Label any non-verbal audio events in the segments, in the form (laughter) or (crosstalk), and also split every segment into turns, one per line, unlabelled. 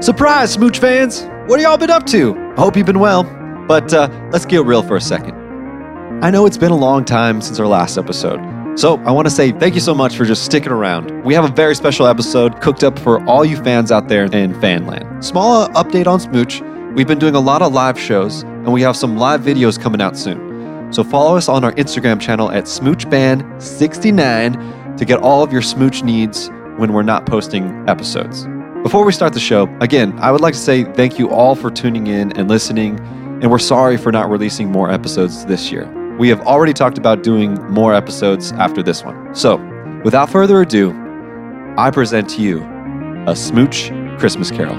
Surprise, Smooch fans! What have y'all been up to? I hope you've been well. But uh, let's get real for a second. I know it's been a long time since our last episode. So I want to say thank you so much for just sticking around. We have a very special episode cooked up for all you fans out there in fanland. Small uh, update on Smooch. We've been doing a lot of live shows, and we have some live videos coming out soon. So follow us on our Instagram channel at SmoochBand69 to get all of your Smooch needs when we're not posting episodes. Before we start the show, again, I would like to say thank you all for tuning in and listening, and we're sorry for not releasing more episodes this year. We have already talked about doing more episodes after this one. So, without further ado, I present to you a Smooch Christmas Carol.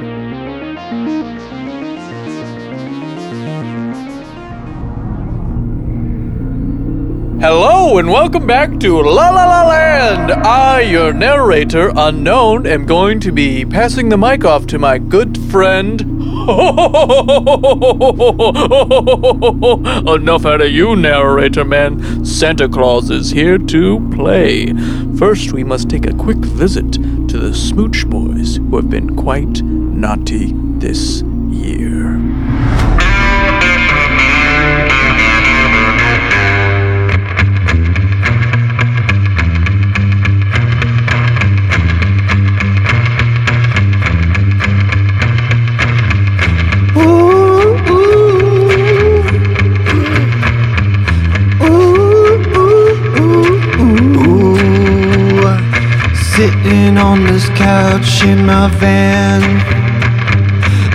Hello and welcome back to La La La Land. I, your narrator, unknown, am going to be passing the mic off to my good friend. (laughs) Enough out of you, narrator man. Santa Claus is here to play. First, we must take a quick visit to the Smooch Boys, who have been quite naughty this year.
Ooh, sitting on this couch in my van.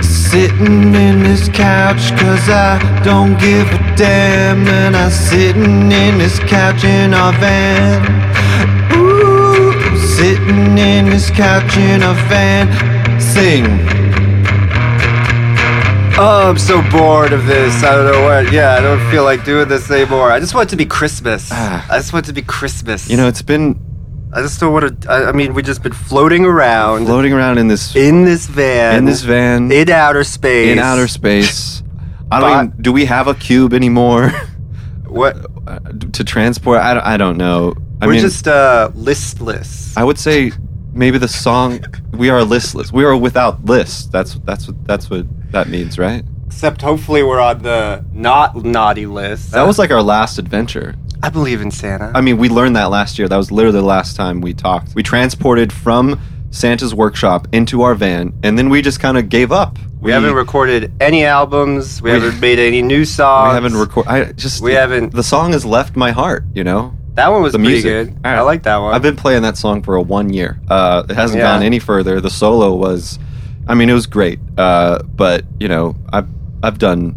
Sitting in this couch cause I don't give a damn. And I'm sitting in this couch in our van. Ooh, sitting in this couch in our van. Sing.
Oh, I'm so bored of this. I don't know what. Yeah, I don't feel like doing this anymore. I just want it to be Christmas.
Ah.
I just want it to be Christmas.
You know, it's been
I just don't want to. I, I mean, we just been floating around
floating around in this
in this van,
in this van
in outer space,
in outer space. I don't.
But-
Even, do we have a cube anymore (laughs)
What?
Uh, to transport? I don't, I don't know. I
we're
mean,
just uh, listless.
I would say maybe the song "We Are Listless." We are without lists. That's that's what that's what that means, right?
Except, hopefully, we're on the not naughty list.
That was like our last adventure.
I believe in Santa.
I mean, we learned that last year. That was literally the last time we talked. We transported from Santa's workshop into our van, and then we just kind of gave up.
we, haven't recorded any albums. We,
We-
haven't made any new songs.
We haven't recorded. I just
We haven't-
The song has left my heart. You know,
That one was
the
pretty
music.
good.
All right.
I like that one.
I've been playing that song for a one year. Uh, it hasn't
Yeah.
gone any further. The solo was, I mean, it was great. Uh, but you know, I've I've done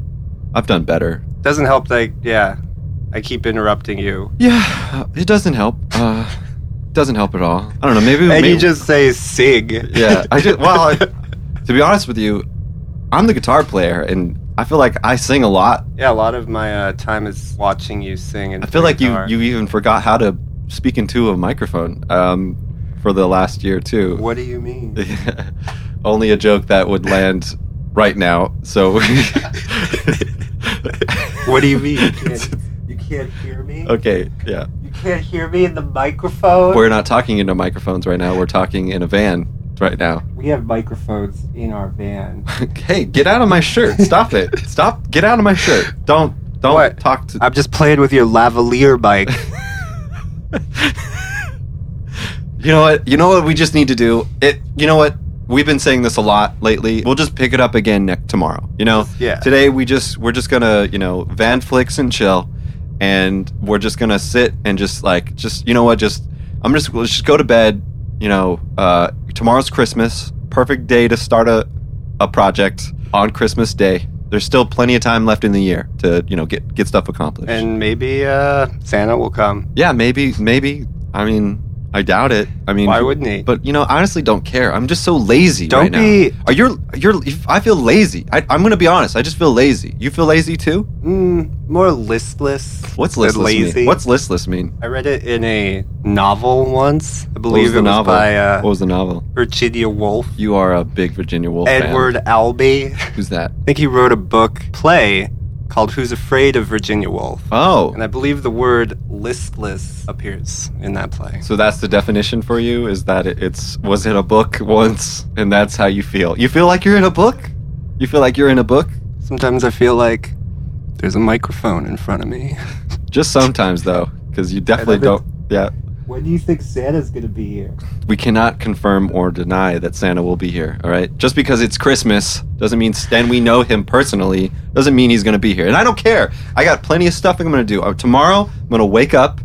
I've done better.
Doesn't help. Like, yeah, I keep interrupting you.
Yeah, it doesn't help. Uh, doesn't help at all. I don't know. Maybe
And
maybe,
you just say "sig."
yeah. I just well, I, to be honest with you, I'm the guitar player, and I feel like I sing a lot.
yeah, a lot of my uh, time is watching you sing. And
I feel
play
like you
guitar.
you even forgot how to speak into a microphone um, for the last year too.
What do you mean?
(laughs) Only a joke that would land right now. So. (laughs)
What do you mean? You can't, you can't hear me.
okay, yeah.
You can't hear me in the microphone.
We're not talking into microphones right now. We're talking in a van right now. (laughs)
we have microphones in our van.
hey, get out of my shirt.
(laughs)
Stop it. Stop. Get out of my shirt. Don't don't
What?
talk to
I'm just playing with your lavalier mic.
(laughs) You know what? You know what we just need to do? It you know what? We've been saying this a lot lately. We'll just pick it up again next tomorrow. You know?
(laughs) Yeah.
Today we just we're just gonna, you know, van flicks and chill and we're just gonna sit and just like just you know what, just I'm just let's just go to bed, you know, uh tomorrow's Christmas. Perfect day to start a a project on Christmas Day. There's still plenty of time left in the year to, you know, get get stuff accomplished.
and maybe uh, Santa will come.
Yeah, maybe, maybe. I mean, I doubt it. I mean,
Why wouldn't he?
But you know, I honestly don't care. I'm just so lazy
Don't
right now.
be-
Are you? You're. I feel lazy. I, I'm gonna be honest. I just feel lazy. You feel lazy too?
Mm, more listless.
What's
than
listless
lazy.
mean? What's listless mean?
I read it in a novel once. I
What was
believe
the
it was
novel?
by uh,
what was the novel?
Virginia Woolf.
You are a big Virginia Woolf fan.
Edward Albee. (laughs)
Who's that?
I think he wrote a book play
called Who's Afraid of Virginia Woolf.
Oh,
And I believe the word listless appears in that play.
so that's the definition for you? Is that it- it's was it a book once, and that's how you feel? You feel like you're in a book? You feel like you're in a book?
Sometimes I feel like there's a microphone in front of me.
Just sometimes though, because you definitely
love
don't. Yeah,
When do you think Santa's gonna be here?
we cannot confirm or deny that Santa will be here. All right, just because it's Christmas doesn't mean and we know him personally doesn't mean he's going to be here. And I don't care. I got plenty of stuff I'm going to do. Uh, tomorrow I'm going to wake up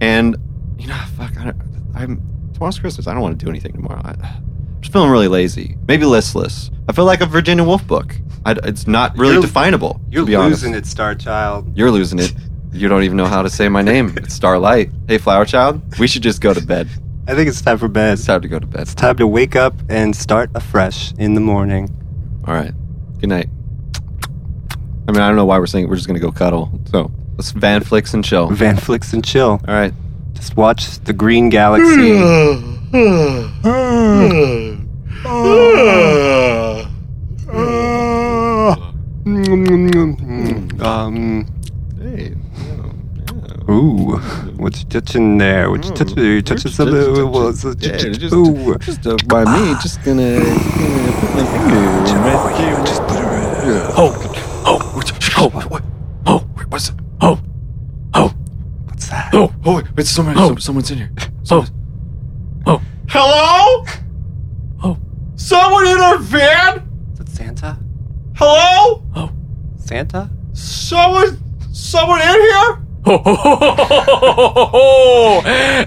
and you know, fuck, I don't, I'm tomorrow's Christmas. I don't want to do anything tomorrow. I, I'm just feeling really lazy. Maybe listless. I feel like a Virginia Woolf book. I, it's not really
You're-
definable.
You're
to be honest.
losing it, Star Child.
You're losing it. You don't even know how to say my name. It's Starlight. Hey, Flower Child. We should just go to bed.
I think it's time for bed.
It's time to go to bed.
It's time to wake up and start afresh in the morning.
All right. Good night. I mean, I don't know why we're saying it. We're just gonna go cuddle. So let's Van Flicks and chill. All
Van Flix and chill.
right.
Just watch the Green Galaxy.
Mm.
um,
Hey.
ooh, what you touching there? What you
Mm.
touching? You touching something? What's it- Ooh. Ah.
just uh, by me, just gonna, gonna put my finger right here.
Oh, oh, oh,
What's
oh, oh,
What's that?
oh,
Oh, it's someone.
Oh.
someone's in here.
oh,
Oh.
Hello?
Oh.
Someone in our van?
Is it Santa?
Hello?
Santa?
Someone someone in here?
Ho, ho, ho, ho, ho, ho, ho, ho, ho.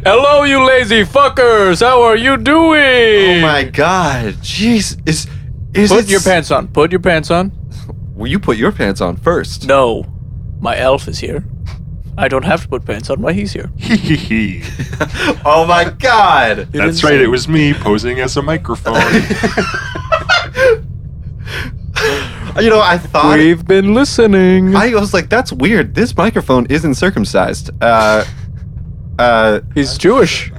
Hello, you lazy fuckers. How are you doing?
Oh my God. Jeez. Is is
Put
it
your
s-
pants on. Put your pants on.
Well, you put your pants on first.
No, my elf is here. I don't have to put pants on. Why he's here?
Oh my
(laughs)
God.
That's right, it was me posing as a
(laughs)
microphone.
You know, I thought
We've been listening.
I was like, "That's weird. This microphone isn't circumcised." Uh, (laughs) uh,
he's
(laughs)
Jewish.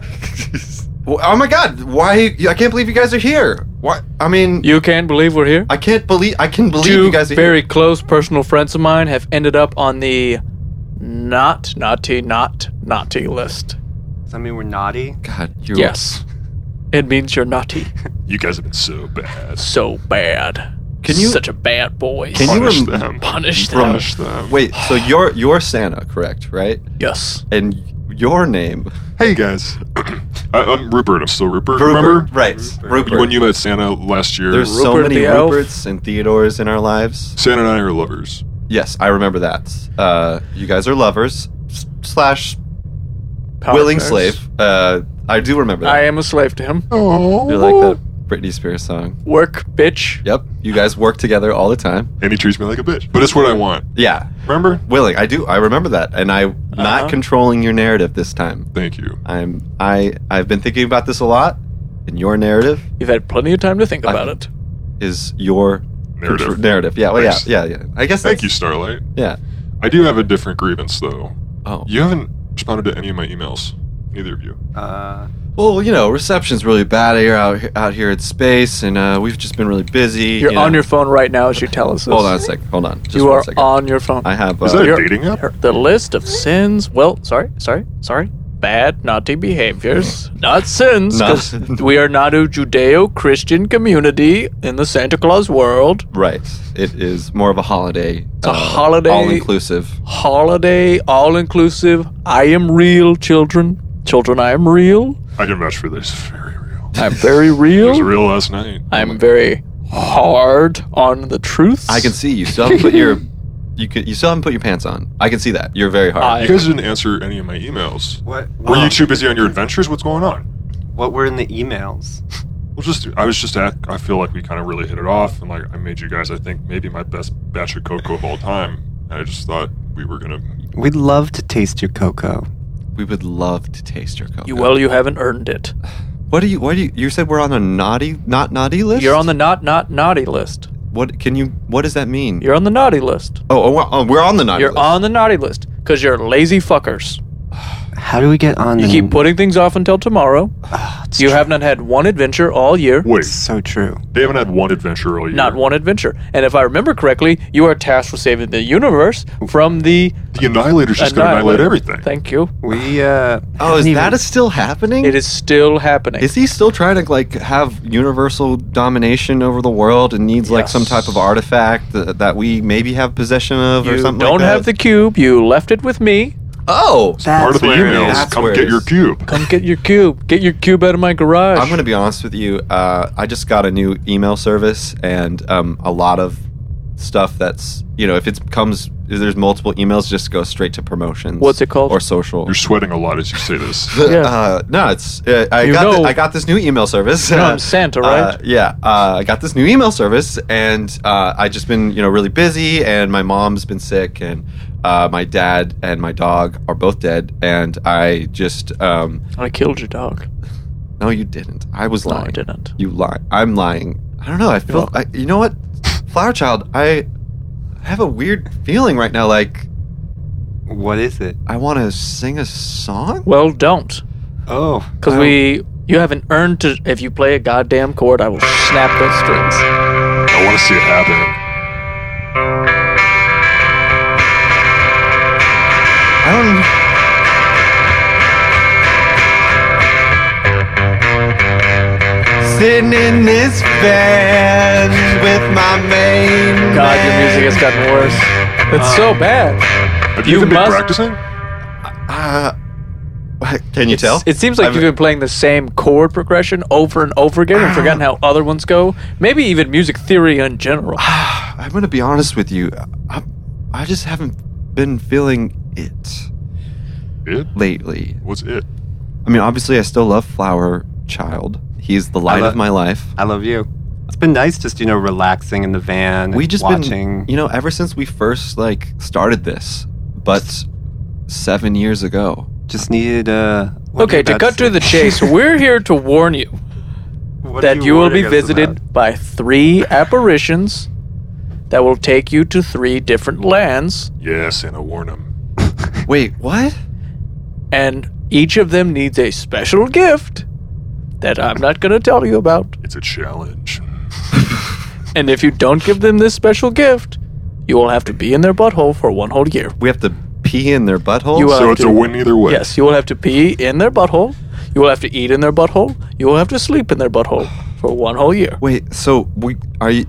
w- oh my god! Why? I can't believe you guys are here. What? I mean,
You can't believe we're here.
I can't believe I can believe
Two
you guys are
very
here.
close personal friends of mine have ended up on the not naughty, not naughty list.
Does that mean we're naughty?
God, you.
Yes, it means you're naughty.
(laughs) you guys have been so bad.
So bad.
Can you-
Such a bad boy.
Can you
Punish
rem-
them.
punish them?
Punish them.
Wait. So you're you're Santa, correct? Right?
Yes.
And your name?
Hey guys. I, I'm Rupert. I'm still Rupert. Remember?
Right. Rupert.
When you met Santa last year,
There's so
Rupert
many
the elf.
Ruperts and Theodores in our lives.
Santa and I are lovers.
Yes, I remember that. Uh, you guys are lovers s- slash
Power
willing
pairs.
slave. Uh, I do remember that.
I am a slave to him.
Oh.
You're like that Britney Spears song.
Work, bitch.
Yep. You guys work together all the time.
And he treats me like a bitch. But it's what I want.
Yeah.
Remember?
Willing. I do. I remember that. And I
Uh-huh.
not controlling your narrative this time.
Thank you.
I'm I I've been thinking about this a lot. And your narrative
You've had plenty of time to think
I-
about it.
is your
Narrative.
contr- narrative. Yeah. Well, yeah.
Thanks.
Yeah. Yeah. I guess.
Thank you,
that's-
Starlight.
Yeah.
I do have a different grievance, though.
Oh.
You haven't responded to any of my emails. Neither of you.
Uh,
Well, you know, reception's really bad here out he- out here at space, and uh, we've just been really busy.
You're
you know.
on your phone right now as you tell us this.
Hold on a sec. Hold on. Just
you
one
are
second.
on your phone.
I have. Uh,
Is that a
you're-
dating app?
The list of sins. Well, sorry, sorry, sorry. Bad, naughty behaviors. Not sins,
No.
'cause we are not a Judeo Christian community in the Santa Claus world.
right. It is more of a holiday. uh, It's
a holiday-
All inclusive.
Holiday, all inclusive. I am real, children. Children, I am real.
I can vouch for this. Very real.
(laughs)
I'm very
It was
real.
real last night.
I'm very hard on the truth.
I can see you still haven't
(laughs)
put your you could you still haven't put your pants on. I can see that. You're very hard.
I-
You guys didn't answer any of my emails.
what?
Were
Oh.
wow.
you too busy on your adventures? What's going on?
Um, What were in the emails?
Well, just I was just at. I feel like we kind of really hit it off, and like I made you guys. I think maybe my best batch of cocoa of all time. And I just thought we were gonna.
We'd love to taste your cocoa.
we would love to taste your cocoa.
you well, you haven't earned it.
What do you what do you you said we're on a naughty not naughty list?
You're on the not not naughty list.
What can you what does that mean?
You're on the naughty list.
oh, oh, we're- oh, we're on the naughty
You're
list.
on the naughty list because you're lazy fuckers.
How do we get on?
You
the-
keep putting things off until
(sighs)
tomorrow.
It's
You
tr-
have not had one adventure all year.
Wait,
It's so true.
they haven't had one adventure all year.
Not one adventure. And if I remember correctly, you are tasked with saving the universe from the
The Annihilator's just going to annihilate
annihilator.
everything.
Thank you.
We uh.
Oh, is
(laughs)
haven't
that
even-
is still happening?
It is still happening.
Is he still trying to like have universal domination over the world and needs like some type of artifact th- that we maybe have possession of or
you
something?
don't
like that?
have the cube. You left it with me.
Oh,
That's
Part of the
where it
email
is.
is
That's
come
where
get
it
your
is.
cube.
Come get your cube. Get your cube out of my garage.
I'm gonna be honest with you. Uh, I just got a new email service, and um, a lot of stuff that's you know if it comes if there's multiple emails, just go straight to promotions.
What's it called?
Or social.
You're sweating a lot as you say
(laughs)
this.
(laughs) Yeah.
Uh, no, it's uh, I
You
got
know-
thi- I got this new email service.
know
(laughs)
I'm Santa, right?
Uh, yeah, uh, I got this new email service, and uh, I just been you know really busy, and my mom's been sick, and uh, my dad and my dog are both dead, and I just um,
I killed your dog.
no, you didn't. I was
No,
lying.
I didn't.
You lie. I'm lying. I don't know. I feel. I, you know what, Flower Child? I have a weird feeling right now. Like
What is it?
I want to sing a song.
Well, don't.
Oh,
Because we. You haven't earned to. If you play a goddamn chord, I will snap those strings.
I want to see it happen.
I don't.
Sitting in this van with my main
God, your
man.
music has gotten worse. It's so bad.
Um, Have
You
you, even
must-
been practicing?
Uh, can you tell?
It seems like
I've-
you've been playing the same chord progression over and over again and forgotten
Ah.
how other ones go. Maybe even music theory in
(sighs)
general.
I'm gonna be honest with you. I, I just haven't been feeling it
It
lately.
was it.
I mean, obviously, I still love Flower Child. He's the light
lo-
of my life.
I love you. It's been nice, just you know, relaxing in the van.
We
and
just
watching.
been, you know, ever since we first like started this, but seven years ago.
just needed. Uh, what are
okay,
you
to
about
cut to
say?
the
(laughs)
(laughs)
chase, we're here to warn you
What are
that you will be
warning us
visited
about?
by three apparitions that will take you to three different lands,
Yes, and I warn him.
Wait, what?
and each of them needs a special gift that I'm not going to tell you about.
It's a challenge.
(laughs) And if you don't give them this special gift, you will have to be in their butthole for one whole year.
We have to pee in their buttholes.
You, uh,
So it's a
dude.
win either way.
Yes, you will have to pee in their butthole. You will have to eat in their butthole. You will have to sleep in their butthole for one whole year.
Wait, so we are you?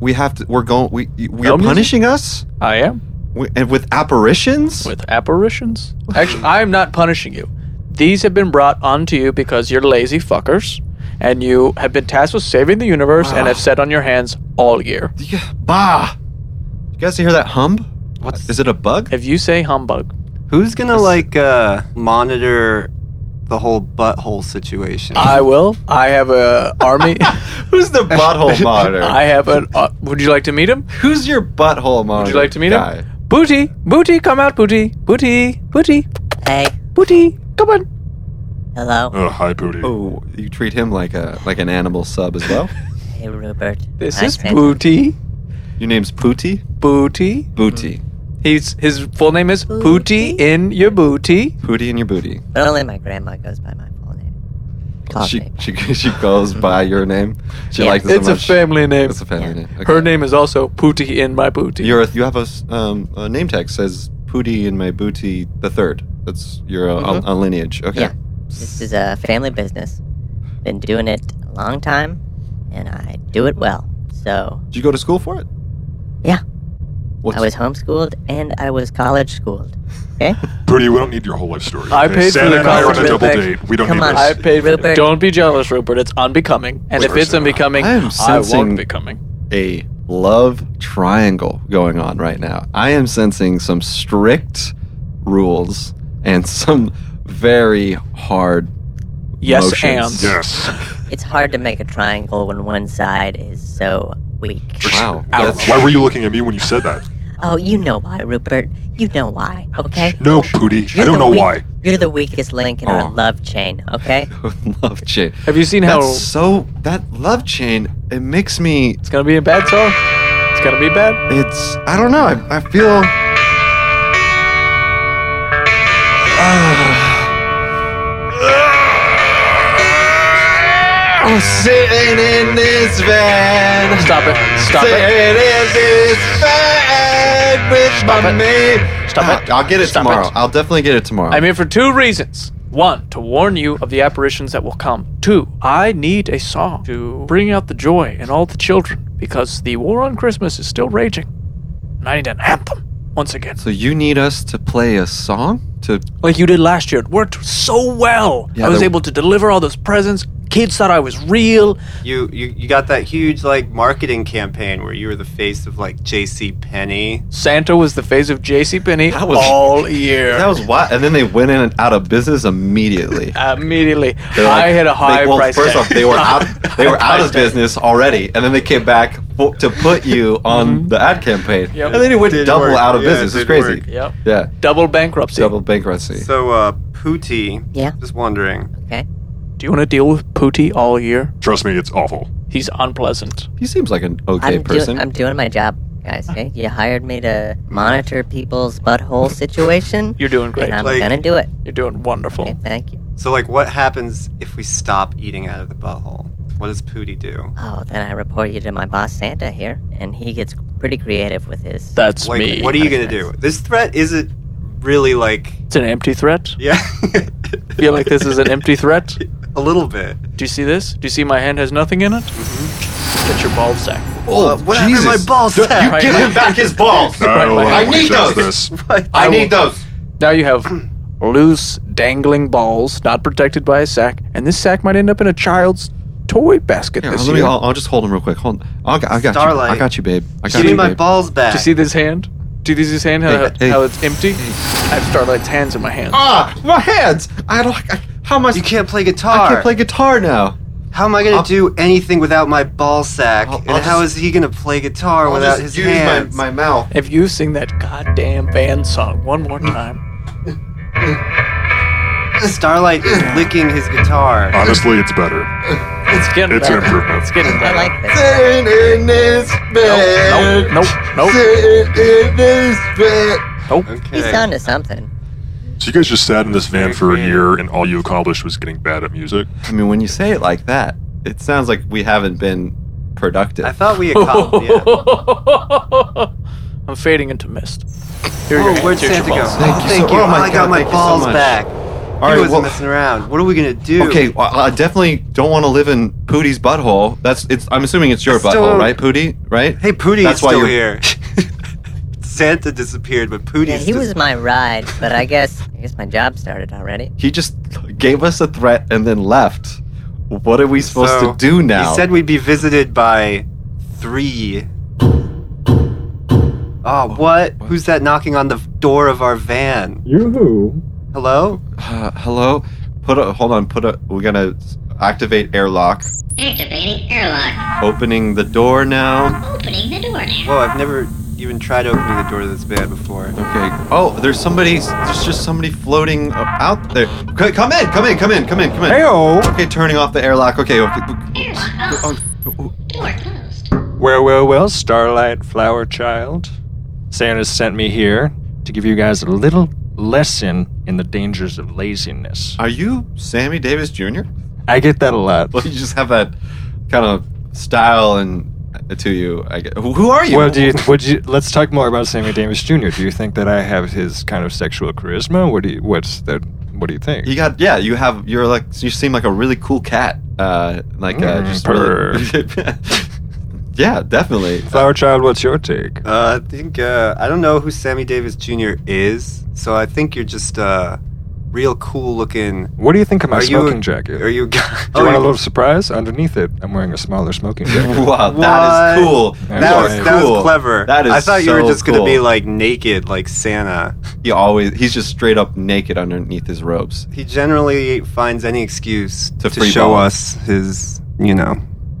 We have to. We're going. We we
No
are
music?
punishing us
I am.
we, and with apparitions.
with apparitions. Actually, I'm not punishing you. These have been brought onto you because you're lazy fuckers, and you have been tasked with saving the universe and have sat on your hands all year.
Ah. Yeah, bah! You guys hear that hum?
What's-
Is it a bug?
If you say humbug,
Who's gonna like uh, monitor the whole butthole situation?
I will. I have a army.
(laughs) Who's the butthole monitor?
I have an. Uh, would you like to meet him?
Who's your butthole monitor?
Would you like to meet
guy?
him? Booty, booty, come out, booty, booty, booty,
Hey,
booty, come on.
hello.
Oh, hi, Booty.
Oh, you treat him like a like an animal sub as well.
(laughs) Hey, Rupert.
This
Hi,
is
Santa.
booty,
Your name's Pooty.
booty.
Mm.
Booty.
He's his full name is Booty in your booty.
Pooty in your booty.
But only my grandma goes by my full name. Call
she,
me.
she (laughs) she
(laughs)
goes by your name. She
Yeah.
likes it
It's
so
a
much.
family name.
It's a family name. Okay.
Her name is also Pooty in my booty.
You're a, you have a, s- um, a name tag says Pooty in my booty the third. That's your uh,
Mhm.
a, a lineage. Okay.
Mm-hmm. Yeah. This is a family business. Been doing it a long time, and I do it well. So,
Did you go to school for it?
yeah,
What's,
I was homeschooled and I was college schooled.
(laughs)
Okay?
Booty, we don't need your whole life story.
I paid for
Santa
the
and I are on
compliment.
a double
Thank-
date. We don't
Come
need
on.
this.
I paid for
Rupert.
Don't be jealous, Rupert. It's unbecoming. And if
Wait,
it's unbecoming,
I am
I won't
sensing-
be coming.
a love triangle going on right now. I am sensing some strict rules and some very hard.
Yes,
Motions.
and.
Yes.
(laughs) It's hard to make a triangle when one side is so weak.
Wow.
Ouch. Why were you looking at me when you said that?
Oh, you know why, Rupert. You know why, okay?
No, Booty. I
You're the
don't know
weak-
(laughs)
why.
You're the weakest link in
Oh.
our love chain,
(laughs)
okay?
(laughs) love chain.
Have you seen how
That's
it's
so that love chain. It makes me.
going to be a bad song? It's going to be bad.
It's. I don't know. I, I feel. Ah.
(sighs) I'm sitting in this van.
Stop it. Stop
sitting
it.
in this van with
Stop
my
it.
mate.
Stop it.
I'll get it
Ah, Stop
tomorrow.
it.
I'll definitely get it tomorrow.
I'm here for two reasons. One, to warn you of the apparitions that will come. Two, I need a song to bring out the joy in all the children because the war on Christmas is still raging. And I need an anthem once again.
so you need us to play a song to
Like you did last year. It worked so well.
Yeah,
I was
the-
able to deliver all those presents. Kids thought I was real.
You, you you got that huge like marketing campaign where you were the face of like J.C. Penney.
Santa was the face of JCPenney
That was- (laughs)
all year.
That was wild. And then they went in and out of
(laughs)
business immediately.
Immediately.
They're like-
I had a
they-
high
well,
price
First
tag.
off, they
(laughs)
were out. They were out of
Price tag.
business already, and then they came back fo- to put you on the ad campaign.
Mm-hmm. Yep.
And then it went
Didn't
double
work.
out of
Yeah,
business. It's
didn't
crazy.
work.
Yep.
Yeah,
Double bankruptcy.
double bankruptcy.
So uh, Pootie.
Yeah.
Just wondering.
Okay.
Do you want to deal with Pooty all year?
Trust me, it's awful.
He's unpleasant.
he seems like an okay
I'm,
person.
doing, I'm doing my job, guys.
Ah.
Okay? You hired me to monitor people's
(laughs)
butthole situation.
You're doing great.
and I'm
Like-
gonna do it.
You're doing wonderful.
Okay, thank you.
So like, what happens if we stop eating out of the butthole? What does Pootie do?
Oh, then I report you to my boss Santa here, and he gets pretty creative with his.
That's
Like,
me.
what are you gonna do? This threat isn't really like
It's an empty threat.
(laughs) yeah.
Feel like this is an empty threat.
(laughs) a little bit. Mm-hmm.
Do you see this? Do you see my hand has nothing in it? Get your ball sack.
oh,
Uh, what happened to my ball
Dude,
sack?
You give him back
(laughs)
his balls.
I, don't
my
wanna
hand.
I need
ingest
those.
This.
I
will-
need those.
Now you have loose, dangling balls, not protected by a sack, and this sack might end up in a child's toy basket
Here,
this
let me,
year.
I'll, I'll just hold him real quick. Hold. I got, I got
Starlight.
you. I got you, babe. I got
Give me
you,
my
babe.
balls back.
Do you see this hand? Do you see this hand? How,
Hey, hey.
how it's empty? I have Starlight's hands in my hand.
Ah, my hands. I don't. I, how am I?
You can't play guitar.
I can't play guitar now.
How am I gonna
I'll-
do anything without my ball sack?
I'll-
and
I'll
how
just-
is he gonna play guitar
I'll
without
just
his
use
hands?
my, my mouth.
If you sing that goddamn band song one more time,
Starlight is licking his
(laughs)
guitar.
Honestly, it's better.
it's getting
It's
better.
an improvement.
It's getting
I
better.
like this.
Sitting in this
Nope,
bed.
nope, nope, nope.
Sitting in this bed.
nope.
Okay.
He's onto something.
So you guys just sat in this van for a
Yeah.
year, and all you accomplished was getting bad at music.
I mean, when you say it like that, it sounds like we haven't been productive.
I thought we accomplished. yeah.
(laughs) I'm fading into mist. Here you
Oh,
go.
where'd
Here's your
Santa go?
balls.
Thank
oh,
you
thank
so-
you.
oh my
I
God,
got my
thank you so
balls
much.
back.
All
he
right,
wasn't
well-
messing around. What are we gonna do?
okay, well, I definitely don't want to live in Pootie's butthole. That's it's. I'm assuming it's your
Still-
butthole, right, Pootie? Right?
Hey, Pootie
That's
is
why
still
you're- (laughs)
here. Santa disappeared, but Pootie.
Yeah, he was my ride, but I guess I guess my job started already.
He just gave us a threat and then left. What are we supposed
So,
to do now?
He said we'd be visited by three. Oh, what? Who's that knocking on the door of our van? You. Hello?
uh, "Hello." Put a hold on. Put a. We're gonna activate airlock.
Activating airlock.
Opening the door now.
Opening the door now.
Whoa, I've never even tried opening the door to this van before.
Okay. Oh, there's somebody. There's just somebody floating uh, out there. Okay, come in. Come in. Come in. Come in. Come in.
Heyo.
Okay, turning off the airlock. Okay. Okay.
Airlock off.
Oh,
Door closed.
Well, well, well, Starlight Flower Child. Santa sent me here to give you guys a little lesson in the dangers of laziness.
Are you Sammy Davis Jr.?
I get that a lot.
Well, you just have that kind of style and to you. I guess. Who who are you?
Well, do you, would you, let's talk more about Sammy Davis Jr. Do you think that I have his kind of sexual charisma? What do you, what's that, what do you think?
You got yeah. You have. You're like. You seem like a really cool cat. Uh, like uh,
Mm,
just (laughs) really- yeah, definitely.
Flower Child, what's your take?
Uh, I think, uh, I don't know who Sammy Davis Jr. is, so I think you're just, uh, real cool looking.
What do you think of my
Are you-
smoking jacket? Oh.
Are you a
(laughs)
guy?
do you want
you-
a little surprise? Underneath it, I'm wearing a smaller smoking jacket.
(laughs) Wow, that is
What?
cool.
That
You
That
are
was,
Sorry.
that
cool.
was clever.
That is.
I thought you were
so
just gonna be
cool.
like naked, like Santa.
He always. He's just straight up naked underneath his robes.
He generally finds any excuse
To
to,
free
show
ball.
us his, you know,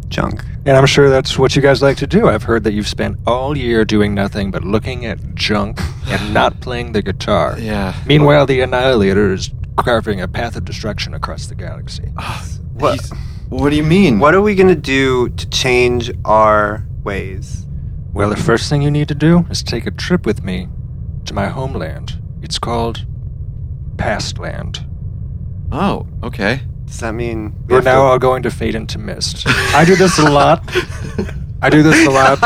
junk.
and I'm sure that's what you guys like to do. I've heard that you've spent
Oh,
all year doing nothing but looking at junk
(laughs)
and not playing the guitar.
Yeah.
Meanwhile, the Annihilator is carving a path of destruction across the galaxy.
What?
He's- What do you mean?
What are we gonna do to change our ways?
Well, the first thing you need to do is take a trip with me to my homeland. It's called Pastland.
Oh, okay.
Does that mean we
We're
have to-
now all going to fade into mist. I do this a lot. I do this a lot.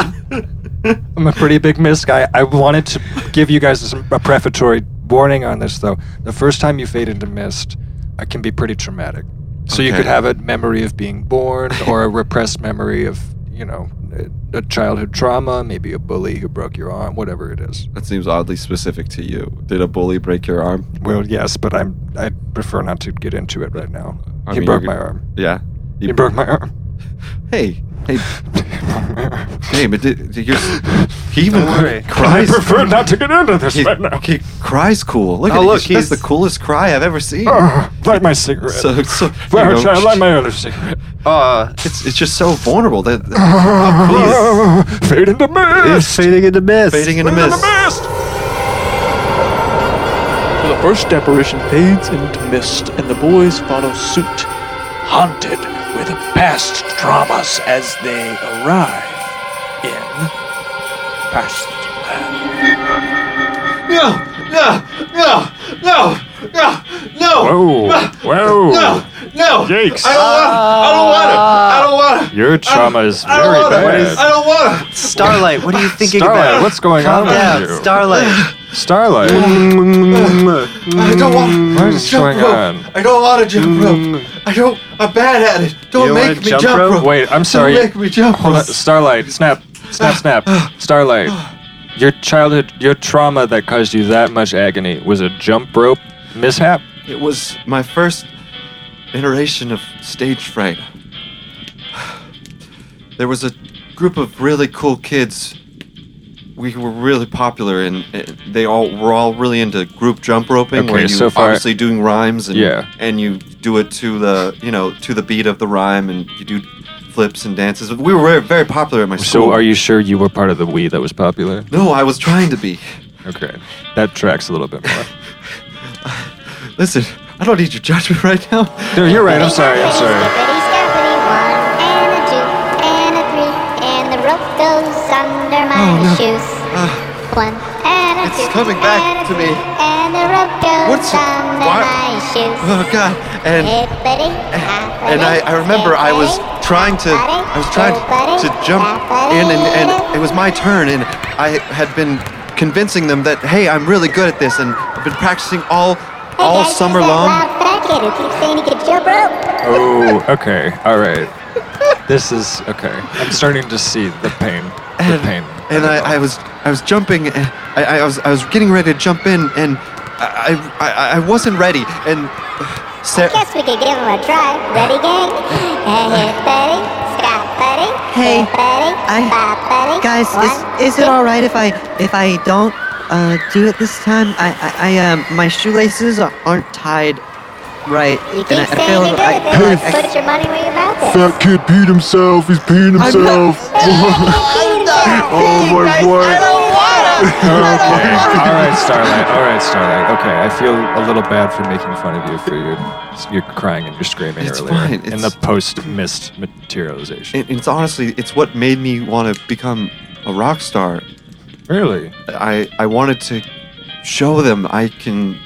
(laughs) I'm a pretty big mist guy. I wanted to give you guys some, a prefatory warning on this, though. The first time you fade into mist, it can be pretty traumatic. So you
Okay.
could have a memory of being born or a repressed memory of, you know, a, a childhood trauma, maybe a bully who broke your arm, whatever it is.
That seems oddly specific to you. Did a bully break your arm?
Well, yes, but I'm I prefer not to get into it right now.
I
he
mean,
broke
you're-
my arm.
Yeah.
He broke my arm.
Hey, hey, hey! But did, did
(laughs)
you're, he even
Don't worry.
cries.
I prefer not to get into this
he,
right now.
he cries (laughs) cool. Look
Oh,
at
look,
look, that's
he's-
the coolest cry I've ever seen.
Ugh, Ah, light my cigarette.
So, so you
Where
know,
should I (laughs) light my other cigarette?
Uh,
It's it's just so vulnerable that how cool
(laughs) Fade into mist.
fading into mist.
he is fading into
Fade into
mist.
mist.
So the first apparition fades into mist, and the boys follow suit, haunted with past traumas as they arrive in past land.
No, no, no, no, no, Oh. (laughs) no,
Whoa! Whoa!
no!
Yikes!
I don't want it.
Your trauma is very bad.
I don't want it.
Starlight, what are you thinking
Starlight,
about?
what's going
Calm
on
down,
with you?
Starlight.
Starlight,
I don't want.
what is going on?
I don't want to jump rope. I don't. I'm bad at it.
You
Don't
don't
make
wanna
me
jump
jump rope.
rope?
Mm. Wait, I'm sorry.
Don't make me jump Ah.
Hold on.
rope.
Starlight, snap, snap, snap. Starlight, your childhood, your trauma that caused you that much agony was a jump rope mishap.
It was my first iteration of stage fright. There was a group of really cool kids. We were really popular, and uh, they all were all really into group jump roping, where
Okay,
you
so far-
obviously doing rhymes and
Yeah.
and you do it to the you know to the beat of the rhyme, and you do flips and dances. We were very, very popular at my school.
So, are you sure you were part of the Wii that was popular?
No, I was trying to be.
Okay, that tracks a little bit more.
(laughs) Listen, I don't need your judgment right now.
No, you're right. I'm sorry. I'm sorry.
Steppity, steppity, one and a two and a three, and the rope goes under my
Oh, no.
shoes. One and a
It's
two
coming back
and a
to me.
three, and the rope goes
What's-
under
why-
my shoes.
Oh God! And eh,
Hippity,
and I, I remember I was trying to I was trying to jump in and, and it was my turn and I had been convincing them that hey I'm really good at this and I've been practicing all all summer long.
Loud fat kid who keeps saying he could jump rope.
Oh, okay.
(laughs)
All right. This is okay. I'm starting to see the pain. The
And,
pain.
and I, I was I was jumping and I, I was I was getting ready to jump in and I I, I- I wasn't ready and uh, Sarah,
Guess we could give him a try. Ready, gang?
Eh.
Hey, hey, buddy. Scott, buddy.
Hey,
buddy.
I-
Bob, buddy.
Guys,
One,
is, is it all right if I if I don't uh, do it this time? I I, I um, my shoelaces are- aren't tied right.
You keep
and I, I
saying
feel
you're good
I,
at
feel
this.
like I-
Put your money where your mouth is.
Fat kid beat himself. He's peeing
I'm not-
himself.
I'm (laughs) not
Oh
being
my
nice.
word.
I don't wanna. I don't
Okay.
wanna.
All right, Starlight. All right, Starlight. Okay, I feel a little bad for making fun of you for your your crying and your screaming
It's
earlier
fine,
in
it's-
the post mist materialization.
it, it's honestly it's what made me want to become a rock star
really?
I I wanted to show them I can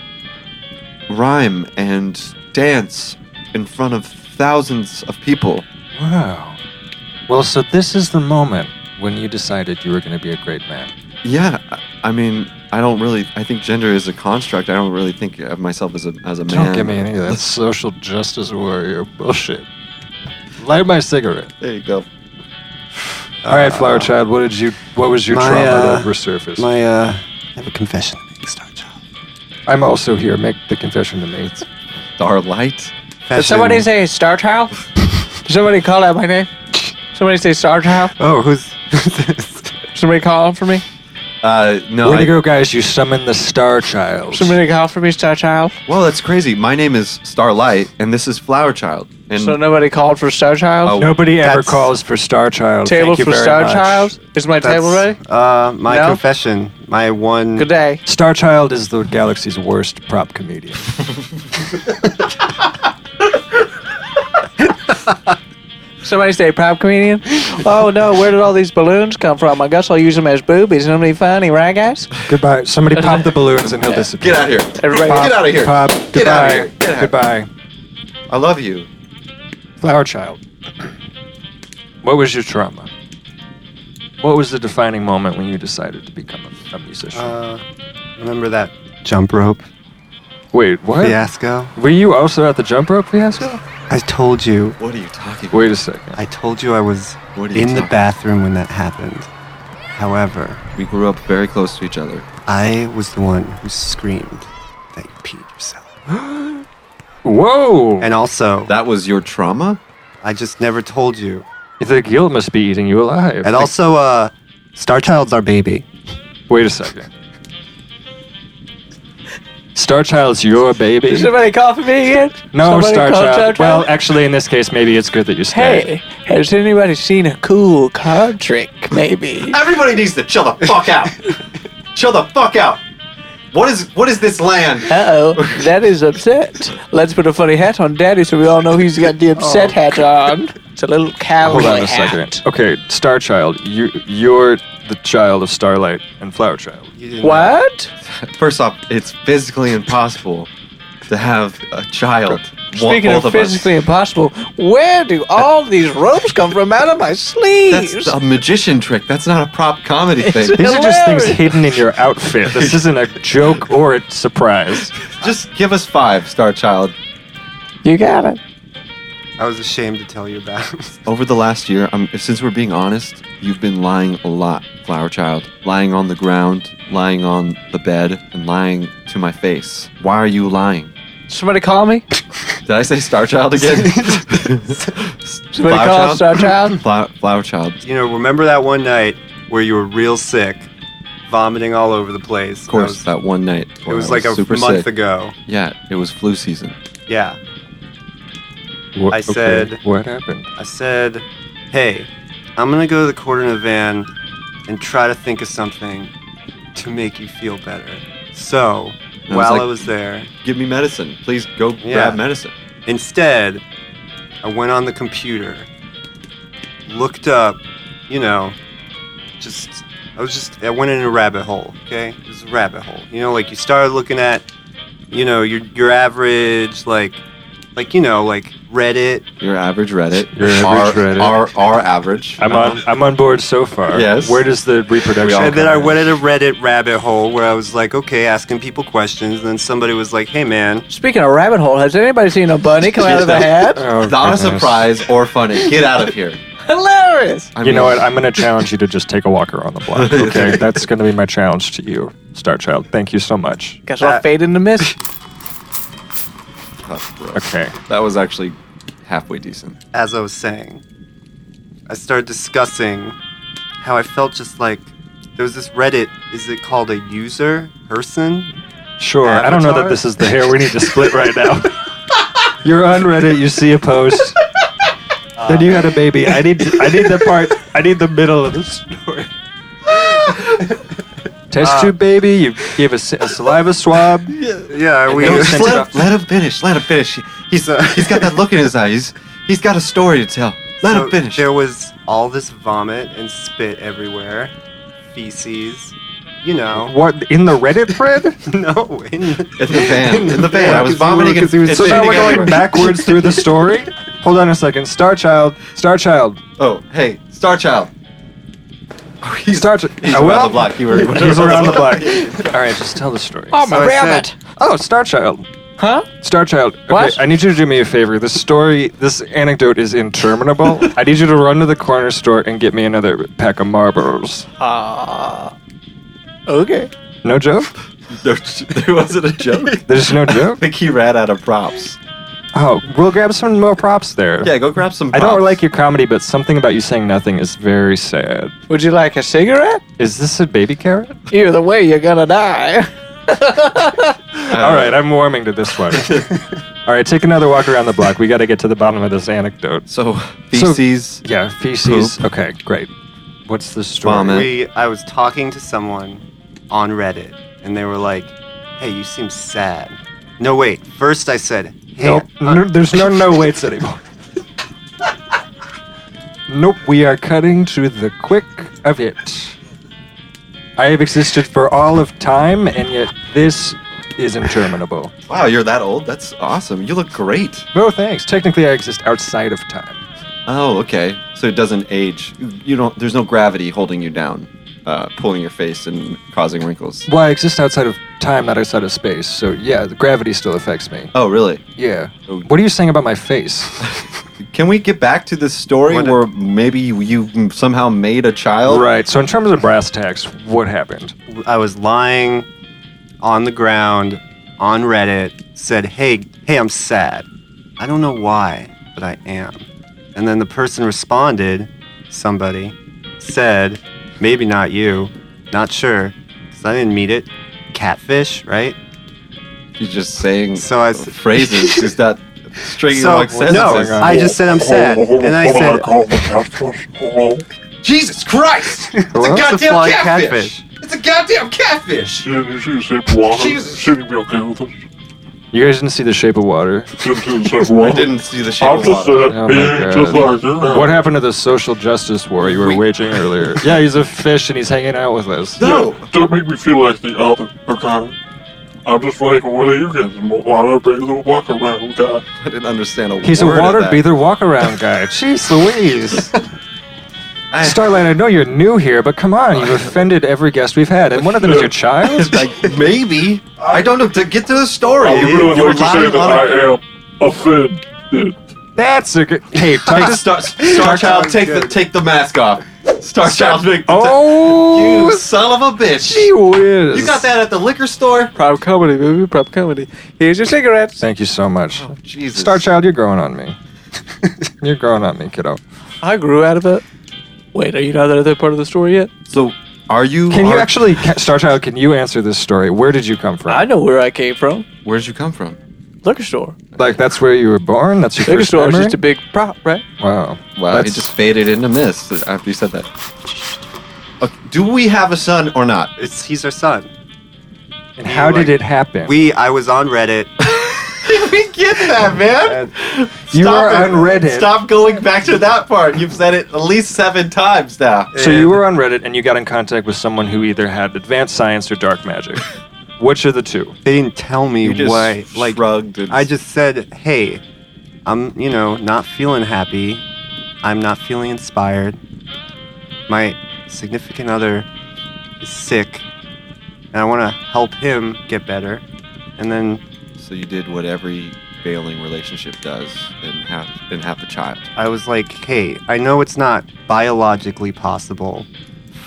rhyme and dance in front of thousands of people.
Wow. Well, so this is the moment when you decided you were going to be a great man.
Yeah, I- I mean, I don't really. I think gender is a construct. I don't really think of myself as a as a man.
Don't give me any of that social justice warrior bullshit. Light my cigarette.
There you go.
All right, Flower Child. What did you? What was your
Uh, my,
trauma
uh,
that resurfaced?
My, uh, I have a confession to make, Star Child.
I'm also here. Make the confession to me.
Starlight.
Confession.
say Star Child? Did somebody call out my name? Somebody say Star Child?
Oh, who's, who's this?
Somebody call out for me?
Uh, no.
Way to
I,
go, guys! You summoned the Star Child.
call for me, Star Child?
well, that's crazy. My name is Starlight, and this is Flower Child. And
So nobody called for Star Child?
Oh,
Nobody ever
That's-
calls for Star Child.
Table
Thank you
for
very
Star
much.
Child? Is my table ready?
Uh, my
No?
confession. My one.
Good day.
Star Child is the galaxy's worst
(laughs)
prop comedian.
Somebody say prop comedian? Oh no, where did all these balloons come from? I guess I'll use them as boobies. Isn't it funny, right guys?
Goodbye. Somebody
(laughs)
pop the balloons and he'll disappear.
get out of here.
Everybody
Get out of here.
Pop.
Get
Goodbye.
out of here. Get out.
Goodbye.
I love you.
Flower Child, what was your trauma? What was the defining moment when you decided to become a, a musician?
Uh, remember that jump rope
Wait, what?
fiasco?
Were you also at the jump rope fiasco?
I told you.
What are you talking about?
Wait a second.
I told you I was
What are you
in the
talking-
bathroom when that happened. However,
We grew up very close to each other.
I was the one who screamed that you peed yourself.
Whoa!
And also,
That was your trauma?
I just never told you.
the guilt must be eating you alive.
And also, uh, Starchild's our baby.
Wait a second. Starchild's your
(laughs)
baby.
Somebody call for me again?
No,
Somebody call
Starchild. Well, actually, in this case, maybe it's good that you stayed.
hey, has anybody seen a cool card trick? Maybe.
Everybody needs to chill the fuck out. chill the fuck out. What is what is this land? (laughs)
Uh oh, Daddy's upset. Let's put a funny hat on Daddy so we all know he's got
Oh,
the upset hat on. It's a little cowboy
Hold on a
hat.
second. Okay, Starchild, you you're the child of Starlight and Flower Child.
You didn't
What?
First off, it's physically impossible to have a child. One-
Speaking
both
of
us.
physically impossible, where do all these ropes come from out of my sleeves?
That's a magician trick. That's not a prop comedy thing.
These are just things
Hilarious.
hidden in your outfit. This isn't a joke or a surprise.
(laughs) just give us five, Star Child.
you got it.
know. I was ashamed to tell you about it. (laughs)
Over the last year, um, since we're being honest, you've been lying a lot, Flower Child. Lying on the ground, lying on the bed, and lying to my face. Why are you lying?
Somebody call me.
Did I say Star (laughs) Child again?
(laughs)
Somebody call Star Child.
Flower, Flower Child.
You know, remember that one night where you were real sick, vomiting all over the place?
Of course, that one night.
It
where
was
I
like a
super
month
sick.
ago.
Yeah, it was flu season.
Yeah.
Wha-
I said-
what happened?
I said, hey, I'm going to go to the corner of the van and try to think of something to make you feel better. So,
was
while
like-
I was there,
Give me medicine. Please go
Yeah.
grab medicine.
Instead, I went on the computer, looked up, you know, just I was just I went in a rabbit hole. Okay, it was a rabbit hole. You know, like you started looking at, you know, your your average like, like you know, like Reddit.
Your average Reddit.
Your average Reddit.
Our, our average.
I'm on I'm on board so far.
Yes.
Where does the reproduction?
and then I
come in?
went in a Reddit rabbit hole where I was like, okay, asking people questions. And then somebody was like, hey man,
(laughs) Speaking of rabbit hole, has anybody seen a bunny come out of the
(laughs)
hat?
Not
Oh,
a
goodness.
surprise or funny. Get out of here.
Hilarious.
I
you know
mean,
what? I'm going to challenge you to just take a walk around the
(laughs)
block. Okay, that's going to be my challenge to you, Starchild. Thank you so much.
Guess I'll fade in the mist.
Okay.
That was actually halfway decent.
as I was saying, I started discussing how I felt just like there was this Reddit. Is it called a user person?
Sure. I don't know that
Avatar?
this is the hair we need to split right now. You're on Reddit. You see a post. then you had a baby. I need. I need the part. I need the middle of the story. Test tube baby. You gave a, s- a saliva swab.
(laughs) Yeah, we. (laughs)
It
No,
was
just
sent
let,
up-
him, let him finish. Let him finish. He- He's he's got that look in his eyes. He's
(laughs)
got a story to tell. Let
so
him finish.
There was all this vomit and spit everywhere, feces. You know.
What in the Reddit thread?
No. In,
In the van. In the van. I was
'cause you were-
vomiting and,
'cause he was
and
So now
shitting
we're going
everywhere.
backwards through the story. Hold on a second. Starchild. Starchild.
Oh, hey, Star Child. Oh, he's,
Star Child.
he's
Oh,
around
well.
the block. You were
He's around the block.
(laughs)
All right, just tell the story.
Oh my
So I said-
rabbit.
Oh, Starchild.
Huh?
Starchild. Okay,
What?
I need you to do me a favor. This story, this anecdote is
(laughs)
interminable. I need you to run to the corner store and get me another pack of Marlboros.
Uh,
Okay.
No
(laughs)
joke?
There, there wasn't a joke.
There's no
(laughs) I
joke?
think he ran out of props.
Oh, we'll grab some more props there.
Yeah, go grab some.
I
Props.
don't like your comedy, but something about you saying nothing is very sad.
Would you like a cigarette?
Is this a baby carrot?
Either way, you're gonna die.
All right, I'm warming to this one. All right, take another walk around the block. We got to get to the bottom of this anecdote.
So feces.
Yeah, feces. Okay, great. What's the story?
Vomit.
we, I was talking to someone on Reddit, and they were like, "Hey, you seem sad." No, wait. First, I said, "Hey,
Nope. No, there's no no waits anymore. nope. We are cutting to the quick of it. I have existed for all of time, and yet this is interminable.
Wow, you're that old? That's awesome. You look great.
No thanks. Technically, I exist outside of time.
Oh, okay. So it doesn't age. You don't. There's no gravity holding you down, uh, pulling your face and causing wrinkles.
Well, I exist outside of time, not outside of space. So yeah, the gravity still affects me.
Oh, really?
Yeah.
Oh.
What are you saying about my face?
(laughs) Can we get back to this story
What-
where maybe you somehow made a child?
right. So in terms of brass tacks, what happened?
I was lying on the ground on Reddit, said, Hey, hey, I'm sad. I don't know why, but I am. And then the person responded, somebody said, Maybe not you, not sure, because I didn't meet it. Catfish, right?
You're just saying
So I s-
(laughs)
phrases. Is that stringing
So,
along
no,
sentences?
I just said I'm sad. And I said,
Jesus Christ! It's
Hello?
a
It's a
goddamn
flying
catfish. It's a goddamn catfish. Jesus.
I
You guys didn't see The Shape
(laughs)
of Water.
I didn't see the shape
I'm
of
just
water.
a
Oh my
bitch, just
God.
like you.
What happened to the social justice war you were waging
(laughs)
earlier? Yeah, he's a fish and he's hanging out with us.
No.
Don't make me feel like the other okay? I'm just like one of you guys. I'm a water breather, walk around guy.
I didn't understand a
He's a
word of
water
that.
beather walk
(laughs)
around guy. Jeez Louise.
I-
Starlight, I know you're new here, but come on, you've offended every guest we've had. And one of them is your
(laughs)
child?
like maybe I don't know to get to the story.
I would really
You're
like to say
lying
that
on
I
a-
am offended.
That's a good.
(laughs)
Hey,
Take
talk
the
to
star, star Child, take the take the mask off. Star Child, make the
Oh,
you son of
(laughs)
a bitch!
gee whiz.
You got that at the liquor store?
Prop comedy, baby. Prop comedy. Here's your Oh, cigarettes.
Thank you so much.
Jesus,
Star Child, you're growing on me. you're growing on me, kiddo.
I grew out of it. Wait, are you not at that part of the story yet?
So are you?
Can you
are-
actually, ca- Star Child, can you answer this story? Where did you come from?
I know where I came from.
Where'd you come from?
Liquor store.
Like, that's where you were born? That's your
Liquor
first
store was
memory?
just a big prop, right?
Wow.
Wow,
That's-
it just faded into mist after you said that. Okay, do we have a son or not?
It's, he's our son.
and how did it happen?
We, I was on Reddit.
(laughs) we get that, man.
you
Stop
were
it.
on Reddit.
Stop going back to that part. You've said it at least seven times now.
So you were on Reddit and you got in contact with someone who either had advanced science or
(laughs)
dark magic. Which are the two?
They didn't tell me
You just
why. Like,
shrugged. And
I just said, hey, I'm, you know, not feeling happy. I'm not feeling inspired. My significant other is sick, and I want to help him get better. And then
So you did what every failing relationship does, and have and have a child.
I was like, hey, I know it's not biologically possible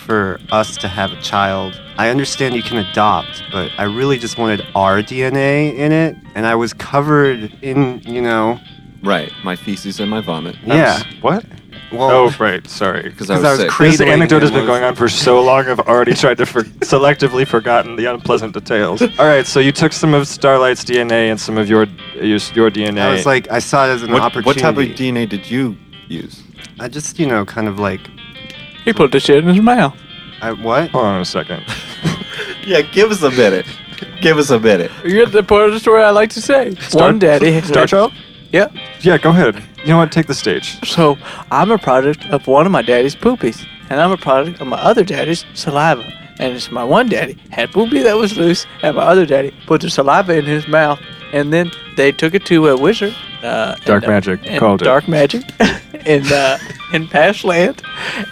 for us to have a child. I understand you can adopt, but I really just wanted our DNA in it, and I was covered in, you know,
Right, my feces and my vomit.
yeah.
What?
Well,
Oh, right. Sorry.
Because I
because
was,
I was
sick.
This
cradling
anecdote has
him
been
was-
going on for so long, I've already tried to for- selectively forgotten the unpleasant details. All right, so you took some of Starlight's DNA and some of your your, your DNA.
I was like, I saw it as an
what,
opportunity.
what type of DNA did you use?
I just, you know, kind of like,
He put the shit in his mouth.
I what?
Hold on
(laughs)
a second.
Yeah, give us a minute. give us a minute.
You're at the part of the story I like to say. One daddy.
Star Child?
Yeah.
Yeah, go ahead. You know what? Take the stage.
So I'm a product of one of my daddy's poopies, and I'm a product of my other daddy's saliva. And it's my one daddy had poopy that was loose, and my other daddy put the saliva in his mouth, and then they took it to a wizard. Uh,
Dark
and, uh,
magic,
and
called it.
dark magic, (laughs) in uh, in past land,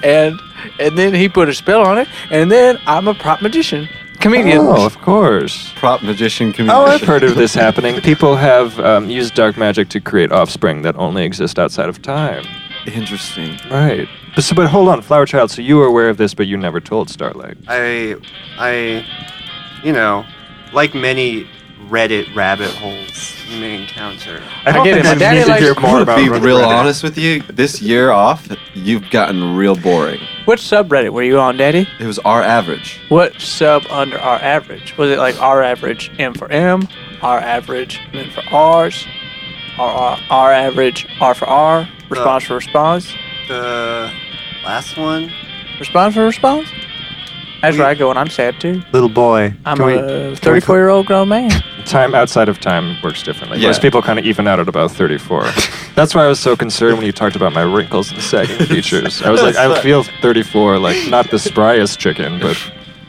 and and then he put a spell on it, and then I'm a prop magician, comedian.
Oh, of course.
Prop magician community.
Oh, I've heard of this happening. People have um, used dark magic to create offspring that only exist outside of time.
Interesting.
Right. But, so, but hold on, Flower Child. So you were aware of this, but you never told Starlight.
I, I, you know, like many Reddit rabbit holes you may encounter.
I don't
get
think
it. My
I
daddy
need to
likes-
hear
(laughs)
I'm
more
gonna
about
be
Reddit.
real honest with you. This year off, you've gotten real boring.
What subreddit were you on, Daddy?
It was our average.
What sub under our average? Was it like our average M for M, our average M for R's, our, our, our average R for R, response for response,
Uh, The last one,
response for response? That's where I go when I'm sad too.
little boy.
I'm
Can we-
a 34 year old grown man.
Time outside of time works differently.
Yeah.
Most people kind of even out at
(laughs)
about 34. That's why I was so concerned when you talked about my
(laughs)
wrinkles and sagging features. I was like, I feel 34, like not the spryest chicken, but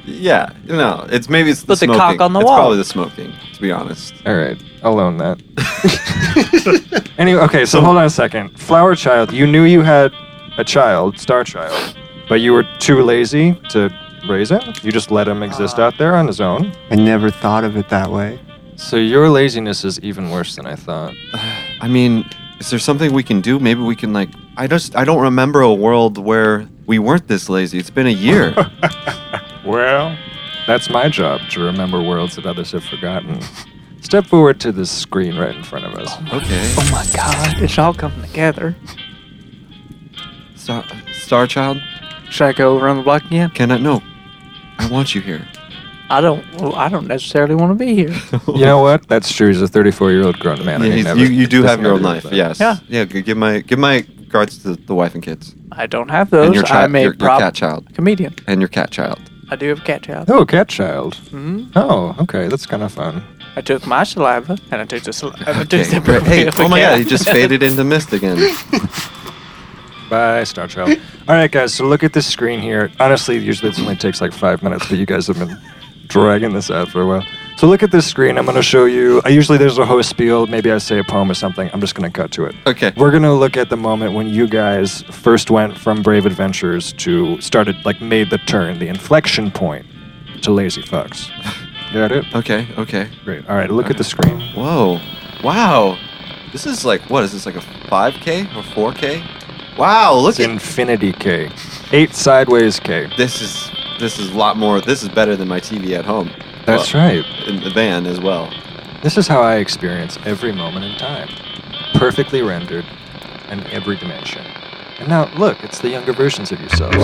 Yeah, no, it's maybe it's the
Put the
smoking.
cock on the
it's
wall.
Probably the smoking, to be honest.
All right, I'll loan that. (laughs) anyway, okay, so hold on a second. Flower Child, you knew you had a child, Star Child, but you were too lazy to raise him. You just let him exist out there on his own.
I never thought of it that way.
So your laziness is even worse than I thought.
I mean, is there something we can do? Maybe we can like. I just I don't remember a world where we weren't this lazy. It's been a year.
(laughs) Well, that's my job to remember worlds that others have forgotten. Step forward to this screen right in front of us.
okay.
Oh my god, it's all coming together.
Star, Star Child,
Should I go around the block again?
can I? No, I want you here.
I don't. Well, I don't necessarily want to be
(laughs)
here.
You know what? That's true. He's a 34 year old grown man. I
Yeah,
can
he's-
never-
you, you do
doesn't
have your own
do
life.
that.
Yes.
Yeah.
Yeah. g- Give my give my regards to the wife and kids
I don't have those.
and your child,
I'm a
your, your
prop
cat child,
comedian.
and your cat child.
I do have a cat child.
Oh, cat child.
hmm
Oh, okay. That's kind of fun.
I took my saliva and I took the saliva. I took the (laughs)
great. Hey,
of a
oh my
cat.
god, he just faded into
(laughs)
mist again.
Bye, Star Child. (laughs) All right, guys. So look at this screen here. Honestly, usually this only takes like five minutes, but you guys have been (laughs) dragging this out for a while. So look at this screen. I'm going to show you. I usually there's a host spiel. Maybe I say a poem or something. I'm just going to cut to it.
Okay.
We're gonna look at the moment when you guys first went from Brave Adventures to started like made the turn, the inflection point to Lazy Fucks. Got it?
Okay. Okay.
Great. All right, look at the screen.
Whoa. Wow. This is like, what is this, like a 5K or 4K? Wow, look
It's
at
infinity K, eight sideways K.
this is this is a lot more this is better than my TV at home.
That's right.
right. In the van as well.
This is how I experience every moment in time, perfectly rendered in every dimension. And now look, it's the younger versions of yourselves.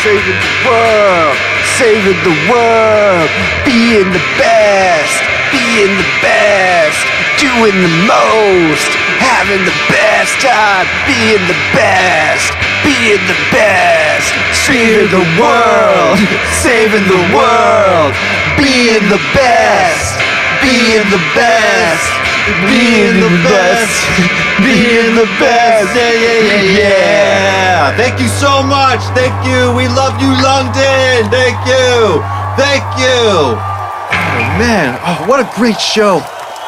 Saving the world, saving the world, being the best, being the best, doing the most, having the best time, being the best, being the best, saving the world, saving the world, being the best, being the best, being the
(laughs)
best, being the best, yeah, yeah, yeah, yeah.
Yeah, thank you so much. Thank you. We love you, London. Thank you. Thank you. Oh, man, oh, what a great show.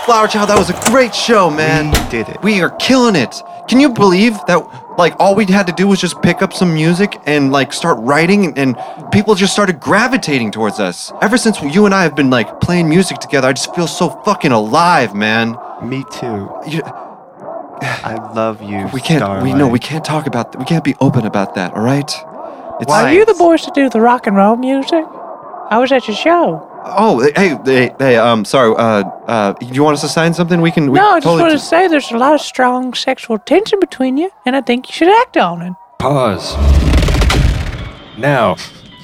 Flower Child, that was a great show, man.
We did it.
We are killing it. Can you believe that like all we had to do was just pick up some music and like start writing and people just started gravitating towards us. Ever since you and I have been like playing music together, I just feel so fucking alive, man.
Me too.
You-
(sighs) I love you.
we can't we no,
Starlight.
we can't talk about we can't be open about that, all right? It's
Are you the boys that do the rock and roll music? I was at your show.
Oh, hey, hey, hey, um, sorry. Uh, uh, do you want us to sign something? We can. We
no, I just
totally
want to say there's a lot of strong sexual tension between you, and I think you should act on it.
Pause. Now,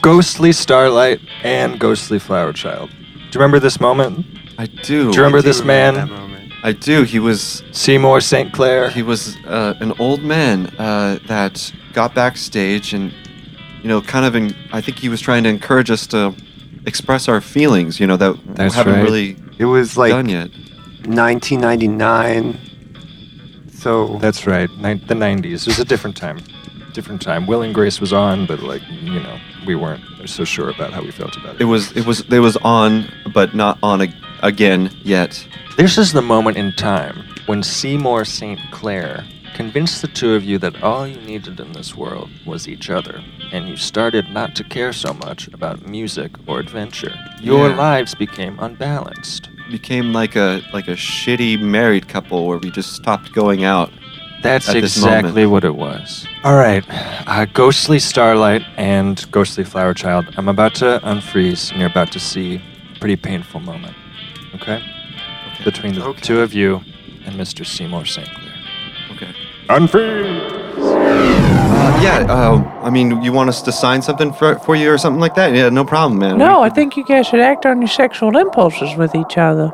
Ghostly Starlight and Ghostly Flower Child. Do you remember this moment?
I do.
Do you remember this
That
man,
moment.
I do. He was.
Seymour St. Clair?
He was uh, an old man uh, that got backstage and, you know, kind of. In, I think he was trying to encourage us to express our feelings. You know that
That's
we haven't
right.
really
It was like
done yet.
1999. So
That's right, ni- the 90s. It was a different time. Different time. Will and Grace was on, but, like, you know, we weren't so sure about how we felt about
It
it.
was. It was. It was on, but not on ag- again yet.
This is the moment in time when Seymour St. Clair convinced the two of you that all you needed in this world was each other, and you started not to care so much about music or adventure. Your
Yeah.
lives became unbalanced.
Became like a like a shitty married couple where we just stopped going out.
That's
at this
exactly what it was. All right, uh, Ghostly Starlight and Ghostly Flower Child. I'm about to unfreeze, and you're about to see a pretty painful moment. Okay, between the
Okay.
two of you and Mr. Seymour St. Clair.
Okay.
Unfreeze.
Uh, yeah, uh, I mean, you want us to sign something for, for you or something like that? Yeah, no problem, man.
No, I think you guys should act on your sexual impulses with each other.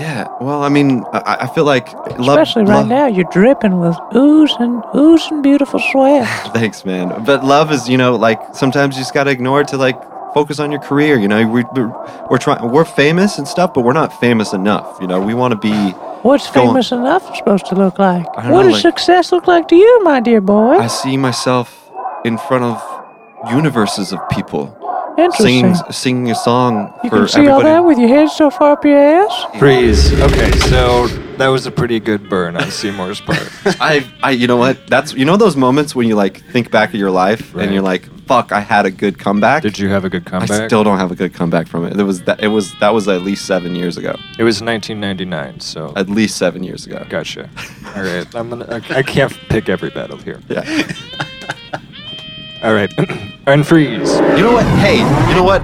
Yeah, well, I mean, I, I feel like. Love,
Especially right
love-
now, you're dripping with oozing, oozing beautiful
(sighs)
sweat.
(laughs) Thanks, man. But love is, you know, like sometimes you just gotta ignore it to like focus on your career. You know, we, we're we're trying, we're famous and stuff, but we're not famous enough. You know, we want to be.
What's
Go on.
famous enough supposed to look
I
like? What
don't know,
does
like-
success look like to you, my dear boy?
I see myself in front of universes of people
Interesting.
singing singing a song
you
for
can see all
everybody.
that with your head so far up your ass.
Freeze. Okay, so that was a pretty good burn on Seymour's part.
(laughs) I, I, you know what? That's you know those moments when you like think back at your life
Right.
and you're like, "Fuck, I had a good comeback."
Did you have a good comeback?
I still don't have a good comeback from it. It was that. It was that was at least seven years ago.
It was 1999, so
At least seven years ago. (laughs)
gotcha. All right, I'm gonna. I, I can't pick every battle here.
Yeah.
(laughs) All right, (clears throat) and freeze.
You know what? Hey, you know what?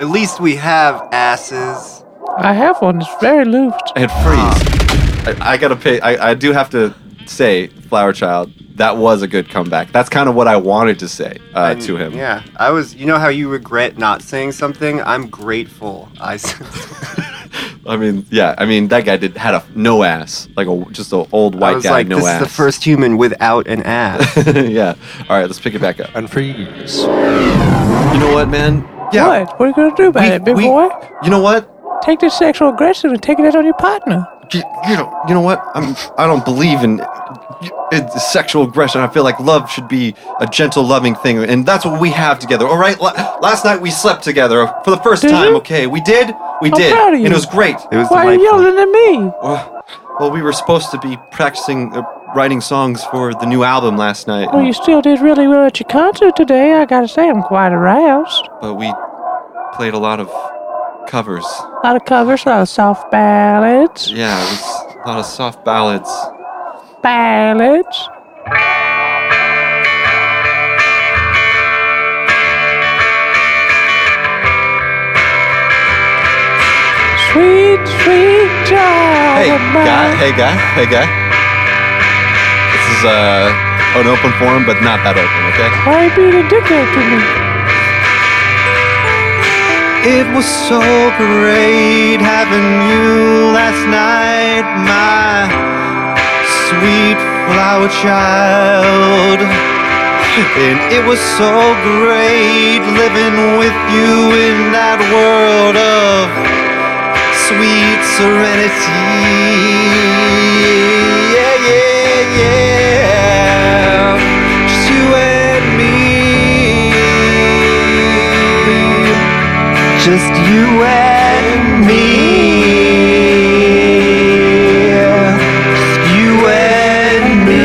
At least we have asses.
I have one. It's very looped.
And freeze.
Ah.
I, I gotta pay. I, I do have to say, Flower Child, that was a good comeback. That's kind of what I wanted to say uh,
And,
to him.
Yeah, I was. You know how you regret not saying something? I'm grateful. I. s- (laughs)
I mean, yeah. I mean, that guy did had a no ass, like a just an old
I
white
was
guy,
like,
no
this
ass.
is the first human without an ass.
(laughs) yeah. All right, let's pick it back up.
(laughs) And freeze.
You know what, man? Yeah.
What? What are you gonna do about
We-
it, big
we-
boy?
You know what?
Take this sexual aggression and take it out on your partner.
you, you know, you know what? I'm. I don't believe in, in sexual aggression. I feel like love should be a gentle, loving thing, and that's what we have together. All right. La- last night we slept together for the first
Did
time.
you?
Okay, we did. We
I'm
did,
proud of
and
you.
it was great.
It was
Why are you
delightful.
yelling at me?
Well, well, we were supposed to be practicing uh, writing songs for the new album last night,
Well, you still did really well at your concert today. I gotta say, I'm quite aroused.
but we played a lot of covers.
A lot of covers, a lot of soft ballads,
Yeah, it was a lot of soft ballads.
ballads. Sweet, sweet child
Hey,
of mine.
guy. Hey, guy. Hey, guy. This is uh, an open forum, but not that open, okay?
Why you being a dickhead to me?
It was so great having you last night, my sweet flower child. And it was so great living with you in that world of sweet serenity. Yeah, yeah, yeah. Just you and me just you and me. Just you and me.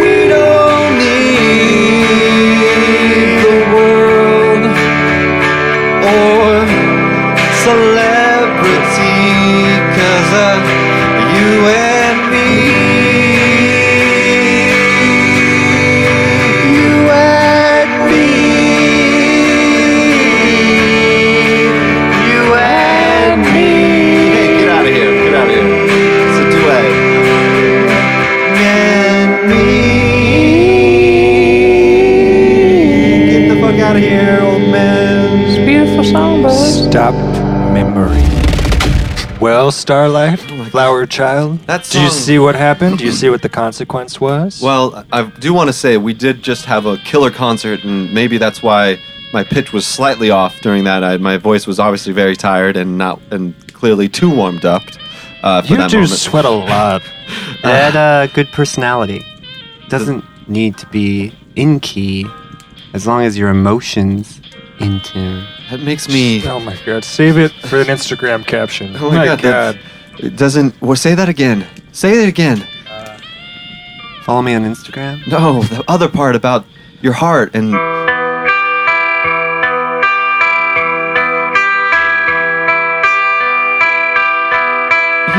We don't need the world or celebrity, 'cause, uh, you and me. You and me. You and me. Hey, get out of here. Get out of here. It's a duet. And me. Get the fuck out of here, old man.
It's a beautiful song, boys.
Stop memory. Well, Starlight, Flower Child.
Oh That
Do you
song-
see what happened? Do you see what the consequence was?
Well, I do want to say we did just have a killer concert, and maybe that's why my pitch was slightly off during that. I, my voice was obviously very tired and not and clearly too warmed up uh, for
you
that
do
moment.
sweat
(laughs)
a lot.
that uh, good personality doesn't need to be in key, as long as your emotions in tune.
that makes me.
Oh my god, save it for an Instagram caption.
Oh my, god, that- it doesn't. Well, say that again. Say it again.
Uh, Follow me on Instagram.
No, the other part about your heart and.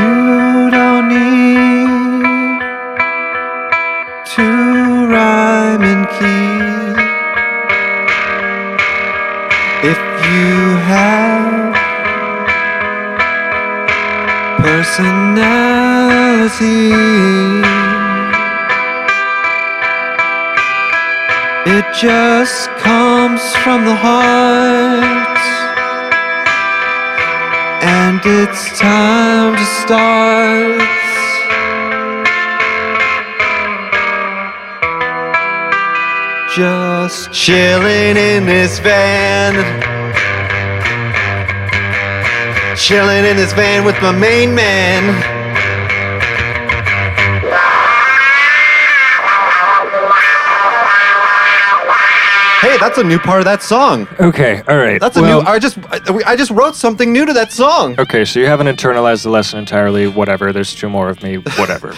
You don't need to rhyme in key if you have personality. It just comes from the heart. And it's time to start. Just chilling in this van. chilling in this van with my main man.
Hey, that's a new part of that song.
Okay, all right.
That's a
well-
new. I just I, I just wrote something new to that song.
Okay, so you haven't internalized the lesson entirely. Whatever. There's two more of me.
(laughs)
Whatever.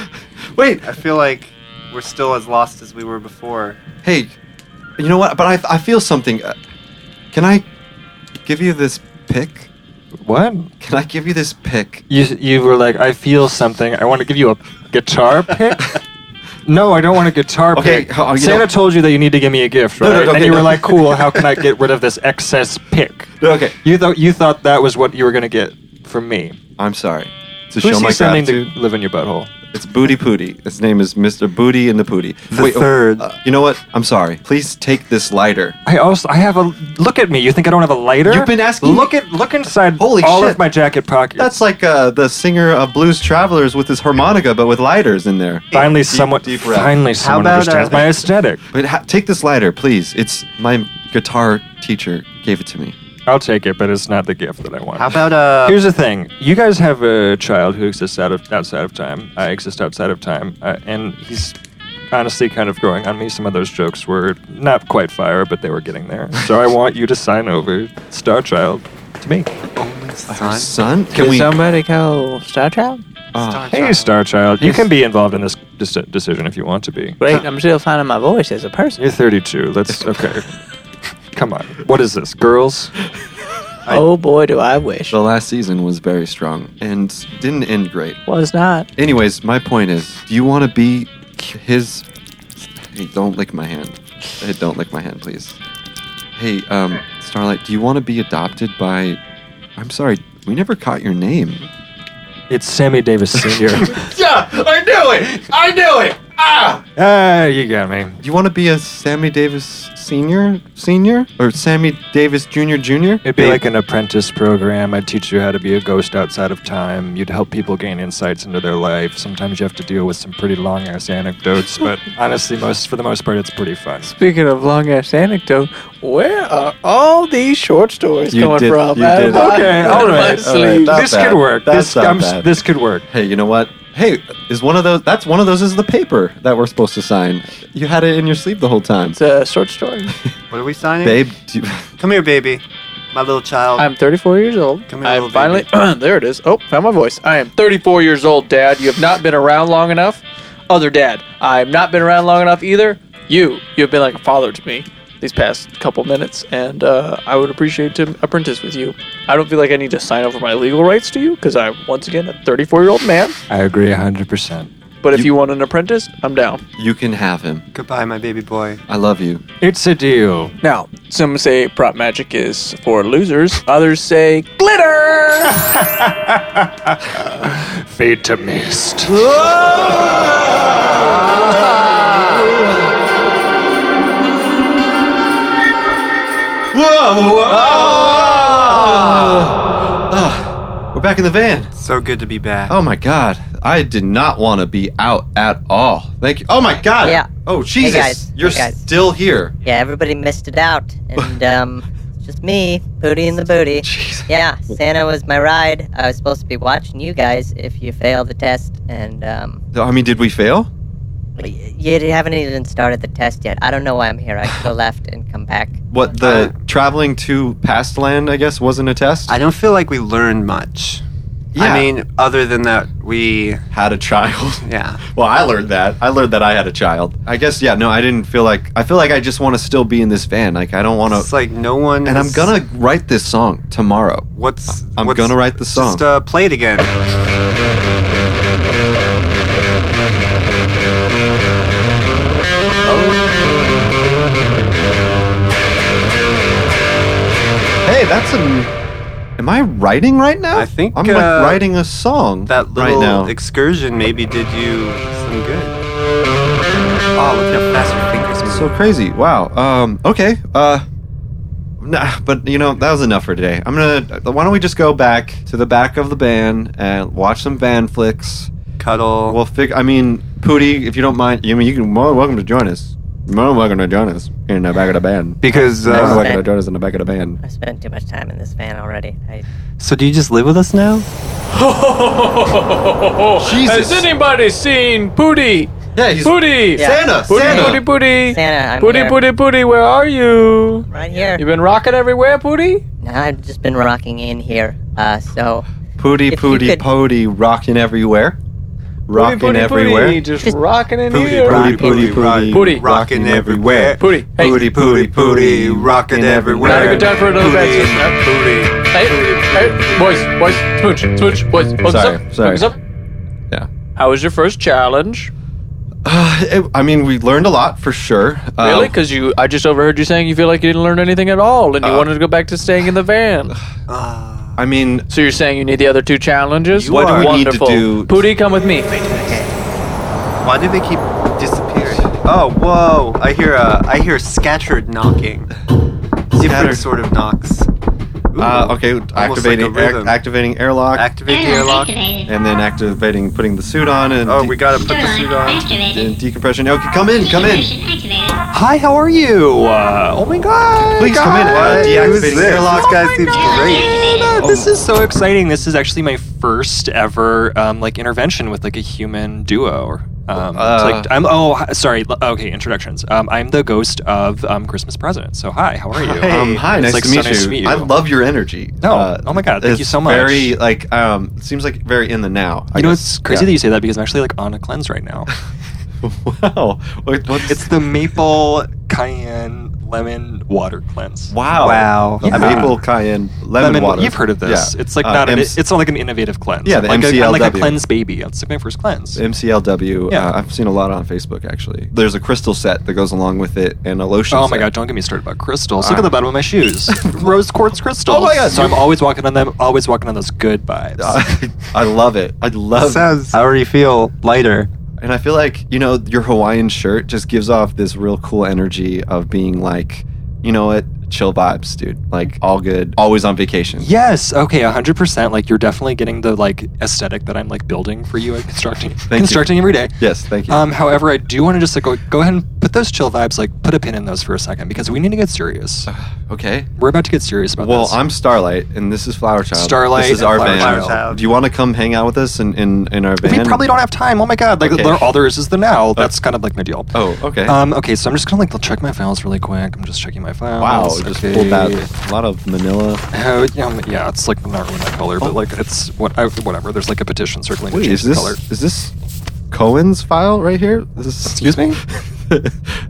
Wait.
I feel like we're still as lost as we were before.
Hey, you know what? But I I feel something. Uh, Can I give you this pick?
what?
Can I give you this pick?
You you were like, I feel something. I want to give you a guitar pick. no, I don't want a guitar
Okay,
pick.
oh, you
Santa
know-
told you that you need to give me a gift,
No,
right?
no, no,
and
okay,
you were
no.
like, cool.
(laughs)
How can I get rid of this excess pick?
Okay.
You thought you thought that was what you were gonna get from me.
I'm sorry. To
Who's
show
he
my
sending
gratitude.
to live in your butthole?
It's Booty Pooty. His name is Mr. Booty and the Pooty.
The
oh,
third.
uh, you know what? I'm sorry. Please take this lighter.
I also I have a look at me. You think I don't have a lighter?
You've been asking me-
Look at look inside
Holy
all
shit.
of my jacket pockets.
That's like uh, the singer of Blues Travelers with his harmonica, but with lighters in there.
finally
Deep-
someone
deep breath.
finally someone
about,
understands
uh,
my aesthetic.
But ha- take this lighter, please. It's my guitar teacher gave it to me.
I'll take it, but it's not the gift that I want.
How about uh?
Here's the thing: you guys have a child who exists out of outside of time. I exist outside of time, uh, and he's honestly kind of growing on me. Some of those jokes were not quite fire, but they were getting there. So I want you to sign over Star Child to me.
Our son? Can
Can
we?
somebody call Star Child?
uh,
Hey, Star Child, you can be involved in this deci- decision if you want to be.
Wait, I'm still finding my voice as a person.
You're 32. Let's
(laughs)
okay. Come on. What is this, girls?
oh boy, do I wish.
the last season was very strong and didn't end great.
Was not.
Anyways, my point is, do you want to be his? Hey, don't lick my hand. Hey, don't lick my hand, please. Hey, um, Starlight, do you want to be adopted by? I'm sorry, we never caught your name.
It's Sammy Davis Sr. (laughs)
Yeah, I knew it. I knew it. Ah.
ah, you got me.
Do you want to be a Sammy Davis senior, senior, or Sammy Davis Junior, junior?
It'd be like an apprentice program. I'd teach you how to be a ghost outside of time. You'd help people gain insights into their life. Sometimes you have to deal with some pretty long ass
(laughs)
anecdotes, but honestly, most for the most part, it's pretty fun.
Speaking of long ass anecdote, where
(laughs)
are all these short stories
You
coming
did-
from?
you did.
Okay, all right,
all right, Not
this
bad.
could work.
That's
this,
not
I'm s-
bad.
this could work.
Hey, you know what? Hey, is one of those? That's one of those. Is the paper that we're supposed to sign? You had it in your sleeve the whole time,
It's a short story.
What are we signing?
babe. Do you,
Come here, baby. My little child.
I'm 34 years old.
Come here,
I'm
little
finally. (clears throat) there it is. Oh, found my voice. I am 34 years old, Dad. You have not been around long enough. Other Dad, I have not been around long enough either. You, you have been like a father to me these past couple minutes, and uh, I would appreciate to apprentice with you. I don't feel like I need to sign over my legal rights to you because I'm once again a 34 year old man.
I agree 100%.
But if you want an apprentice, I'm down.
you can have him.
Goodbye, my baby boy.
I love you.
It's a deal.
Now, some say prop magic is for losers. Others say glitter.
Fade to mist.
Oh
Oh,
Ah, We're back in the van.
So good to be back.
Oh my god. I did not want to be out at all. Thank you. Oh my god.
Yeah.
Oh Jesus.
guys.
You're
Hey, guys.
still here.
Yeah, everybody missed it out, and um, it's just me, booty in the booty.
Jeez.
Yeah, Santa was my ride. I was supposed to be watching you guys if you failed the test, and um,
I mean, did we fail?
y- you haven't even started the test yet. I don't know why I'm here. I could go left and come back.
What the traveling to past land, I guess, wasn't a test?
Uh, I don't feel like we learned much.
Yeah.
I mean, other than that, we
had a child.
(laughs) yeah.
Well, I learned that. I learned that I had a child. I guess yeah, no, I didn't feel like I feel like I just want to still be in this van. Like I don't want
It's
to
like no one.
And I'm
is-
going to write this song tomorrow.
What's
I'm
what's-
gonna write the song.
Just uh, play it again.
Hey, that's a Am I writing right now?
I think,
I'm like
uh,
writing a song
That
right
little
now.
excursion maybe did you some good. Oh, look how fast your fingers move.
So crazy! Wow. Um. Okay. Uh. Nah, but you know that was enough for today. I'm gonna. Why don't we just go back to the back of the van and watch some van flicks?
Cuddle.
We'll fig. I mean, Pooty, if you don't mind. I mean, you can. More than welcome to join us. I'm not gonna join us in the back of the band
Because, uh,
I'm not gonna join us in the back of the band.
I spent too much time in this van already. I,
So do you just live with us now?
Jesus. Has anybody seen Pooty?
Yeah,
he's-
Pooty.
Yeah. Santa,
Pooty,
Santa.
Pooty, Pooty.
Santa, I'm
Pooty,
here.
Pooty, Pooty, where are you?
right here.
You been rocking everywhere, Pooty?
No, I've just been rocking in here. Uh, so
Pooty,
If you
pooty,
could-
pooty, rocking everywhere. Rocking
pooty, pooty,
everywhere.
Pooty, just, rocking in
Pooty,
here.
Pooty,
Rock-
pooty, pooty,
rock- rocking everywhere.
Pooty, hey.
Pooty, pooty,
Booty,
pooty.
rocking everywhere.
Not a good time for another bad
Booty,
system.
booty.
Hey, hey, boys, boys, smooch, smooch, boys. What's
Sorry,
up?
sorry.
What's up?
Yeah.
How was your first challenge?
Uh, it- I mean, we learned a lot for sure. Um,
Really? Because you, I just overheard you saying you feel like you didn't learn anything at all, and you
Uh,
wanted to go back to staying in the van.
(sighs) I mean,
So you're saying you need the other two challenges?
You What do are- we need to
Wonderful.
do-
Pooty, come with me.
Why do they keep disappearing? Oh, whoa! I hear uh, I hear scattered knocking. Different
Scattered.
sort of knocks. Ooh,
uh, okay,
almost like a
activating air
rhythm.
activating airlock,
Activate the
Airlock
airlock.
activated.
and then activating putting the suit on and
Oh,
de-
we gotta put the suit
Airlock
on.
and
activated.
decompression. Okay, come in, come in.
Decompression activated.
Hi, how are you? Uh, oh my god!
Please come in. Uh,
What? Who's
deactivating
this?
airlock.
Oh
This guy seems great.
Oh.
Airlock
Uh, this is so exciting. This is actually my first ever um, like intervention with like a human duo. Um, it's like,
Uh.
I'm oh hi- sorry. l- Okay, introductions. Um, I'm the ghost of um, Christmas Present. So hi, how are you?
Hey.
Um, hi, nice,
It's like
to
so
meet
nice
you.
to meet you.
I love your energy. Uh,
No, oh my God, thank
it's
you so much.
Very like um, seems like very in the now. I
you know,
guess.
it's crazy
Yeah.
that you say that because I'm actually like on a cleanse right now.
(laughs) wow, What- what's-
it's the maple cayenne lemon water cleanse.
wow,
Wow.
The
Yeah.
maple cayenne lemon, water.
You've heard of this?
Yeah.
It's like
Uh,
not. An,
MC
it's not like an innovative cleanse.
Yeah, the
like a, I'm like a
MCLW.
cleanse baby. It's like my first cleanse.
MCLW.
Yeah.
Uh, I've seen a lot on Facebook actually. There's a crystal set that goes along with it and a lotion.
Oh
set.
my
Uh,
god, don't get me started about crystals. Look
Alright.
at the bottom of
(laughs)
my shoes. Rose quartz crystals.
Oh my God,
So
you-
I'm always walking on them, always walking on those good vibes.
I, (laughs) I love it. I love
Sounds. I already feel lighter.
And I feel like, you know, your Hawaiian shirt just gives off this real cool energy of being like, you know what, chill vibes, dude. Like, all good, always on vacation.
yes, okay, 100%. Like you're definitely getting the like aesthetic that I'm like building for you and
(laughs)
constructing
you.
constructing every day.
Yes, thank you.
Um, however, I do want to just like go, go ahead and put those chill vibes, like put a pin in those for a second because we need to
(sighs)
get serious.
okay.
We're about to get serious about
Well,
this.
I'm Starlight, and this is Flower Child.
Starlight
This is
and
our
Flower
van.
Child.
Do you want to come hang out with us in, in, in our van?
we probably don't have time. Oh my god! Like
Okay.
there- all there is is the now. That's kind of like my deal.
Oh, okay.
Um, okay, so I'm just gonna like check my files really quick. I'm just checking my files.
wow, just
okay.
pulled that. A lot of manila.
How- um, yeah, it's like not really my color, but like it's what I, whatever. There's like a petition circling
Oh. Wait,
to
is
change
this
the color.
is this Cohen's file right here? This is,
Excuse me?
(laughs)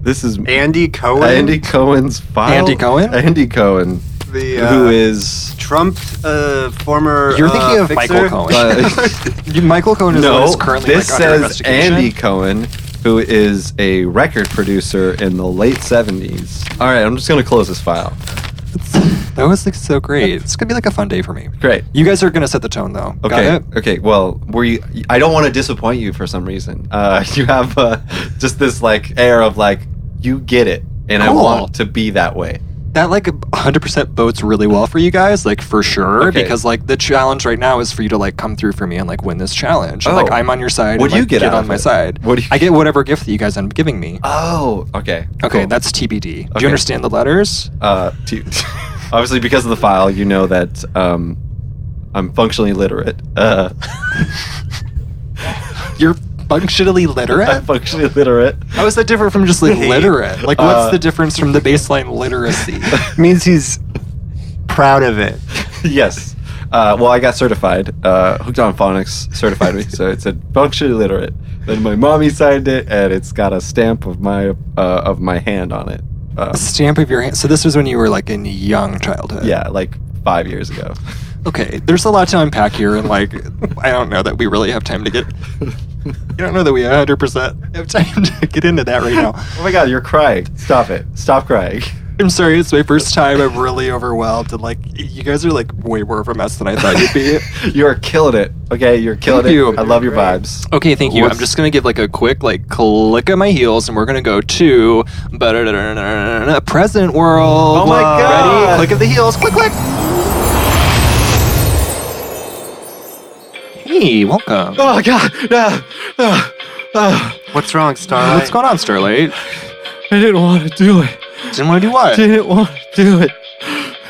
this is
Andy Cohen.
Andy Cohen's file.
Andy Cohen?
Andy Cohen,
The, uh,
who is
Trump, uh, former.
You're
uh,
thinking of
fixer?
Michael Cohen.
Uh,
(laughs) You- Michael Cohen is the one
no.
who's currently
This
like, under
says
investigation.
Andy Cohen, who is a record producer in the late seventies. All right, I'm just gonna close this file.
That was like so great. It's gonna be like a fun day for me.
Great.
You guys are gonna set the tone though. Got
Okay.
it?
Okay. Well, were you? I don't want to disappoint you for some reason. Uh, (laughs) you have uh, just this like air of like you get it, and I
Cool.
want to be that way.
that like 100% bodes really well for you guys like for sure
Okay.
because like the challenge right now is for you to like come through for me and like win this challenge And, like
Oh.
i'm on your side
What
and,
do you
like,
get out
on
of
my
it?
side
What do you-
i get whatever gift that you guys end up giving me
Oh. Okay.
okay
cool.
that's tbd do
Okay.
you understand the letters
uh, t- (laughs) obviously because of the file, you know that um, I'm functionally literate. Uh,
(laughs) you're functionally
(laughs)
literate
I'm functionally literate.
how is that different from
(laughs)
just like
Hey.
literate like
Uh,
what's the difference from the baseline literacy
means he's proud of it.
(laughs) yes. Uh, well, I got certified. Uh, Hooked on Phonics certified me, so it said functionally literate. Then my mommy signed it, and it's got a stamp of my uh, of my hand on it. Uh,
a stamp of your hand so this was when you were like in young childhood
yeah, like five years ago.
okay there's a lot to unpack here and like i don't know that we really have time to get I don't know that we 100% have time to get into that right now.
oh my god, you're crying! Stop it! Stop crying!
I'm sorry, it's my first time. I'm really overwhelmed. And, like, you guys are, like, way more of a mess than I thought
(laughs)
you'd be.
you are killing it. Okay, you're killing
Thank
it.
you.
I love your vibes.
okay, thank you.
What's-
I'm just going to give, like, a quick, like, click of my heels, and we're going to go to present world.
Oh my
Ready?
God.
Click of the heels. Click, click. Hey, welcome.
Oh god, no, no, no.
What's wrong, Starlight?
What's going on, Starlight?
I didn't want to do it.
Didn't want to do what?
Didn't want to do it.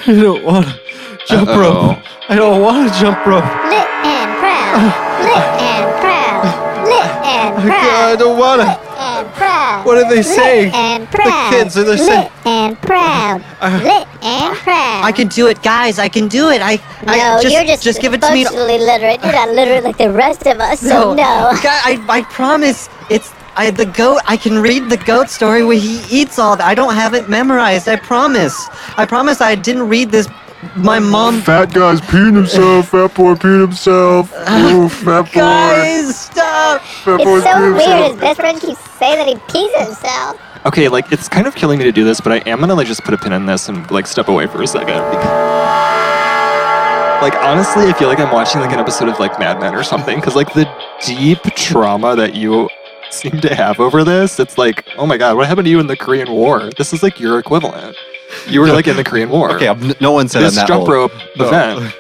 I don't want to jump rope. I don't want to jump rope.
Lit and proud. Lit and proud. Lit and proud.
I don't want
to. And proud.
What are they
Lit
saying?
and
The
proud.
kids are- they're
Lit
saying-
and proud. Lit and proud.
I can do it, guys. I can do it. I,
No,
I just,
you're just,
just give it to me.
functionally literate. You're not literate like the rest of us, so no.
Guy, I, I promise. It's I the goat. I can read the goat story where he eats all that. I don't have it memorized. I promise. I promise. I didn't read this. My mom.
Fat guy's peeing himself. Fat boy peeing
(sighs)
himself. Ooh, fat boy.
Guys, stop!
It's so weird. His best friend keeps saying that he pees
(laughs)
himself.
Okay, like it's kind of killing me to do this, but I am gonna like just put a pin in this and like step away for a second. Like honestly, I feel like I'm watching like an episode of like Mad Men or something, because like the deep trauma that you seem to have over this, it's like, oh my god, what happened to you in the Korean War? This is like your equivalent. You were like in the Korean War.
Okay, I'm- no one said I'm
this
that
jump
old.
rope
No.
event.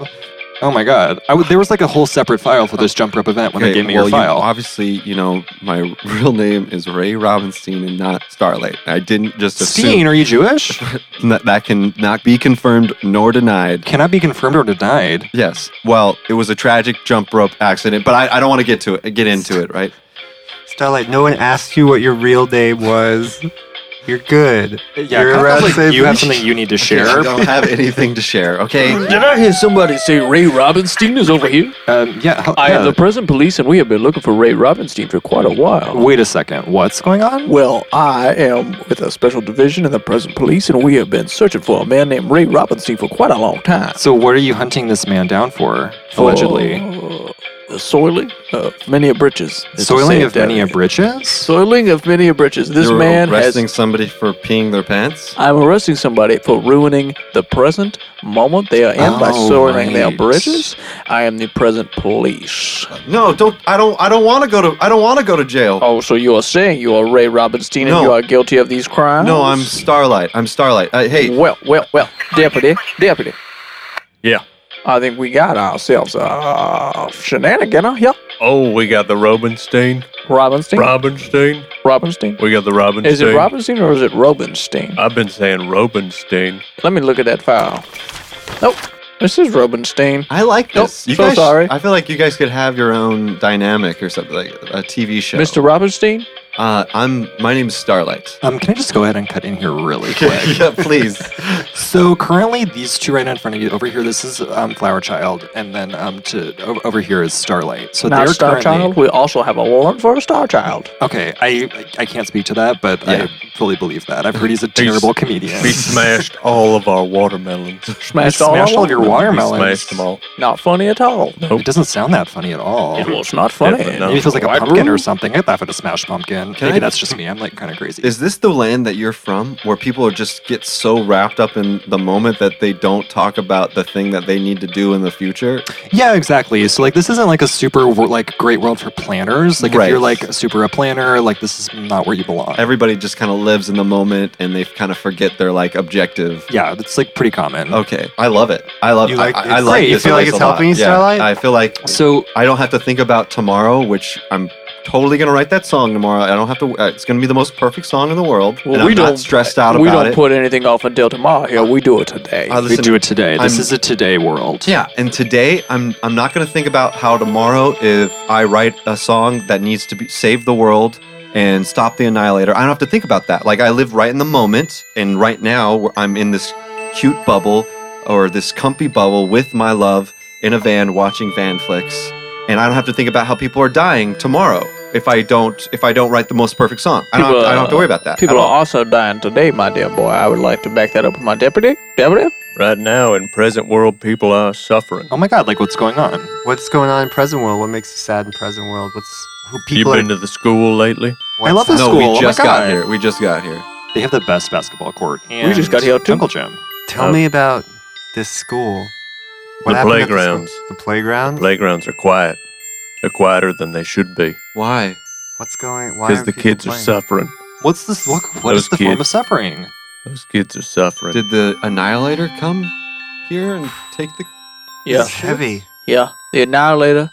Oh my god, I w- there was like a whole separate file for this jump rope event when they gave me
well,
your
you-
file.
obviously, you know, my (laughs) real name is Ray Robinstein and not Starlight. I didn't just assume.
Steen, are you Jewish?
(laughs) that, that can not be confirmed nor denied.
Cannot be confirmed or denied.
Yes. Well, it was a tragic jump rope accident, but I, I don't want to get to it. Get into it, right?
Starlight, no one asked you what your real name was. You're good.
Yeah,
You're
I
a
felt
rat
like
saver.
you have something you need to share.
I don't have anything to share. Okay.
Did I hear somebody say Ray Robinstein is over here?
Um, yeah.
I am
yeah.
the prison police, and we have been looking for Ray Robinstein for quite a while.
Wait a second. What's going on?
Well, I am with a special division in the prison police, and we have been searching for a man named Ray Robinstein for quite a long time.
So what are you hunting this man down for, allegedly?
The soiling of many a britches. is the
Soiling
saying
of many
down
a
here.
britches?
Soiling of many a britches. This
You're
man has
arresting somebody for peeing their pants.
I'm arresting somebody for ruining the present moment they are in by
Oh,
soiling their
right.
bridges. I am the present police.
No, don't. I don't. I don't want to go to. I don't want to go to jail.
Oh, so you are saying you are Ray Robinstein
No.
and you are Uh, guilty of these crimes?
No, I'm Starlight. I'm Starlight. Uh, hey.
Well, well, well, deputy, deputy. Yeah. I think we got ourselves a shenanigan out here.
Oh, we got the Robinstein.
Robinstein.
Robinstein.
Robinstein.
We got the Robinstein.
Is it Robinstein or is it Robinstein?
I've been saying Robinstein.
Let me look at that file. Nope. This is Robinstein.
I like
nope.
You
so
guys-
sorry.
I feel like you guys could have your own dynamic or something like a TV show.
Mr. Robinstein.
Uh, I'm. My name's Starlight.
Um, can I just go ahead and cut in here
(laughs)
really quick?
yeah, please.
(laughs) so currently, these two right in front of you over here. This is um, Flower Child, and then um, to o- over here is Starlight. So
Not
they're
Star
currently-
Child. We also have a warrant for a Star Child.
Okay, I I can't speak to that, but I fully believe that. I've heard he's a terrible comedian.
We smashed all of our watermelons.
(laughs)
(laughs)
Smashed all our
of your watermelons.
We smashed them all.
Not funny at all.
It doesn't sound that funny at all.
It was not funny.
Maybe it feels like
Why,
a pumpkin
bro?
or something. I'd laugh at a smashed pumpkin.
Can
Maybe
I-
that's just me. I'm like kind of crazy.
Is this the land that you're from, where people are just get so wrapped up in the moment that they don't talk about the thing that they need to do in the future?
Yeah, exactly. So like, this isn't like a super wor- like great world for planners. Like,
Right.
if you're like super a planner, like this is not where you belong.
Everybody just kind of lives in the moment and they kind of forget their like objective.
Yeah, that's like pretty common.
Okay, I love it. I love.
You
You
like-
like, I, I
it's
like.
great. You
this
feel like
place
it's
a lot.
helping you,
Yeah,
Starlight?
I feel like
so.
I don't have to think about tomorrow, which I'm totally gonna write that song tomorrow. I don't have to. uh, It's gonna be the most perfect song in the world.
Well,
and
we
I'm
don't
not stressed out
we
about
don't
it.
put anything off until tomorrow. Here, we do it today.
I Uh, listen-
do it today. This
I'm-
is a today world.
Yeah, and today I'm I'm not gonna think about how tomorrow if I write a song that needs to be save the world and stop the annihilator. I don't have to think about that. Like I live right in the moment, and right now where I'm in this cute bubble or this comfy bubble with my love in a van watching van flicks, and I don't have to think about how people are dying tomorrow if I don't if I don't write the most perfect song. I don't, have, I don't have to worry about that.
People
at
are
all.
also dying today, my dear boy. I would like to back that up with my deputy. Deputy?
Right now, in present world, people are suffering.
Oh my god! Like, what's going on?
(laughs) What's going on in present world? What makes you sad in present world? What's who
You
people
been to
are?
the school lately?
What's
love this
no,
school. Oh
we
my
just got
God.
here. We just got here.
They have the best basketball court. And
just got here, too.
Jungle gym.
Tell me about this school.
the
happened at school?
playgrounds.
The playgrounds.
Playgrounds are quiet. They're quieter than they should be
Why?
What's going? Why?
because
aren't
the
people
kids are
playing?
suffering.
What's this? What, what
Those
is the
kids.
form of suffering?
Those kids are suffering.
Did the annihilator come here and take the?
Yeah.
It's heavy.
Yeah. The Annihilator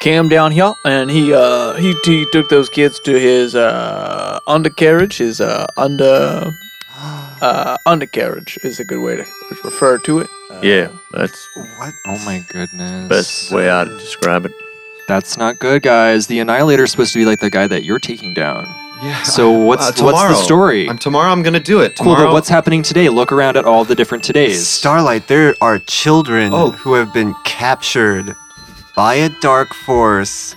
Cam down here, and he uh he, he took those kids to his uh undercarriage, his uh under uh undercarriage is a good way to refer to it.
uh,
yeah, that's
What?
Oh my goodness.
best way I'd describe it.
That's not good, guys. The Annihilator's supposed to be like the guy that you're taking down.
Yeah.
So what's what's
Uh,
the
tomorrow.
story?
I'm, tomorrow I'm going to do it.
cool,
Tomorrow,
but what's happening today? Look around at all the different todays.
Starlight, there are children who have been captured by a dark force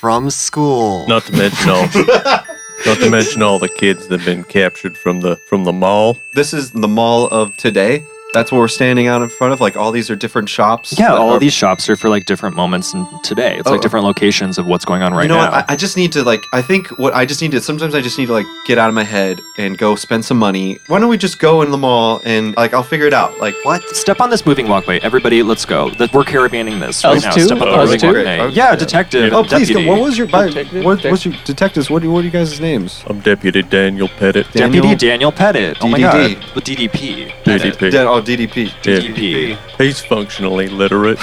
from school.
Not to mention
(laughs)
all, not to mention all the kids that've been captured from the from the mall.
This is the mall of today. That's what we're standing out in front of. Like all these are different shops.
Yeah,
that
all
are-
of these shops are for like different moments in today. It's
Oh.
like different locations of what's going on right
you know
now.
what? I, I just need to like. I think what I just need to. Sometimes I just need to like get out of my head and go spend some money. Why don't we just go in the mall and like I'll figure it out. Like
what? Step on this moving walkway, everybody. Let's go. That we're caravanning this right
Us
now.
two?
Step on the
Us
moving
two?
walkway.
Great.
Yeah, detective.
Oh please!
deputy.
What was your by, what, what's your detectives? What do what are you guys' names?
I'm Deputy Daniel Pettit.
Deputy Daniel Pettit. Oh my
DDD.
god. With DDP.
DDP.
Dan- oh, DDP.
DDP.
He's functionally
(laughs)
literate.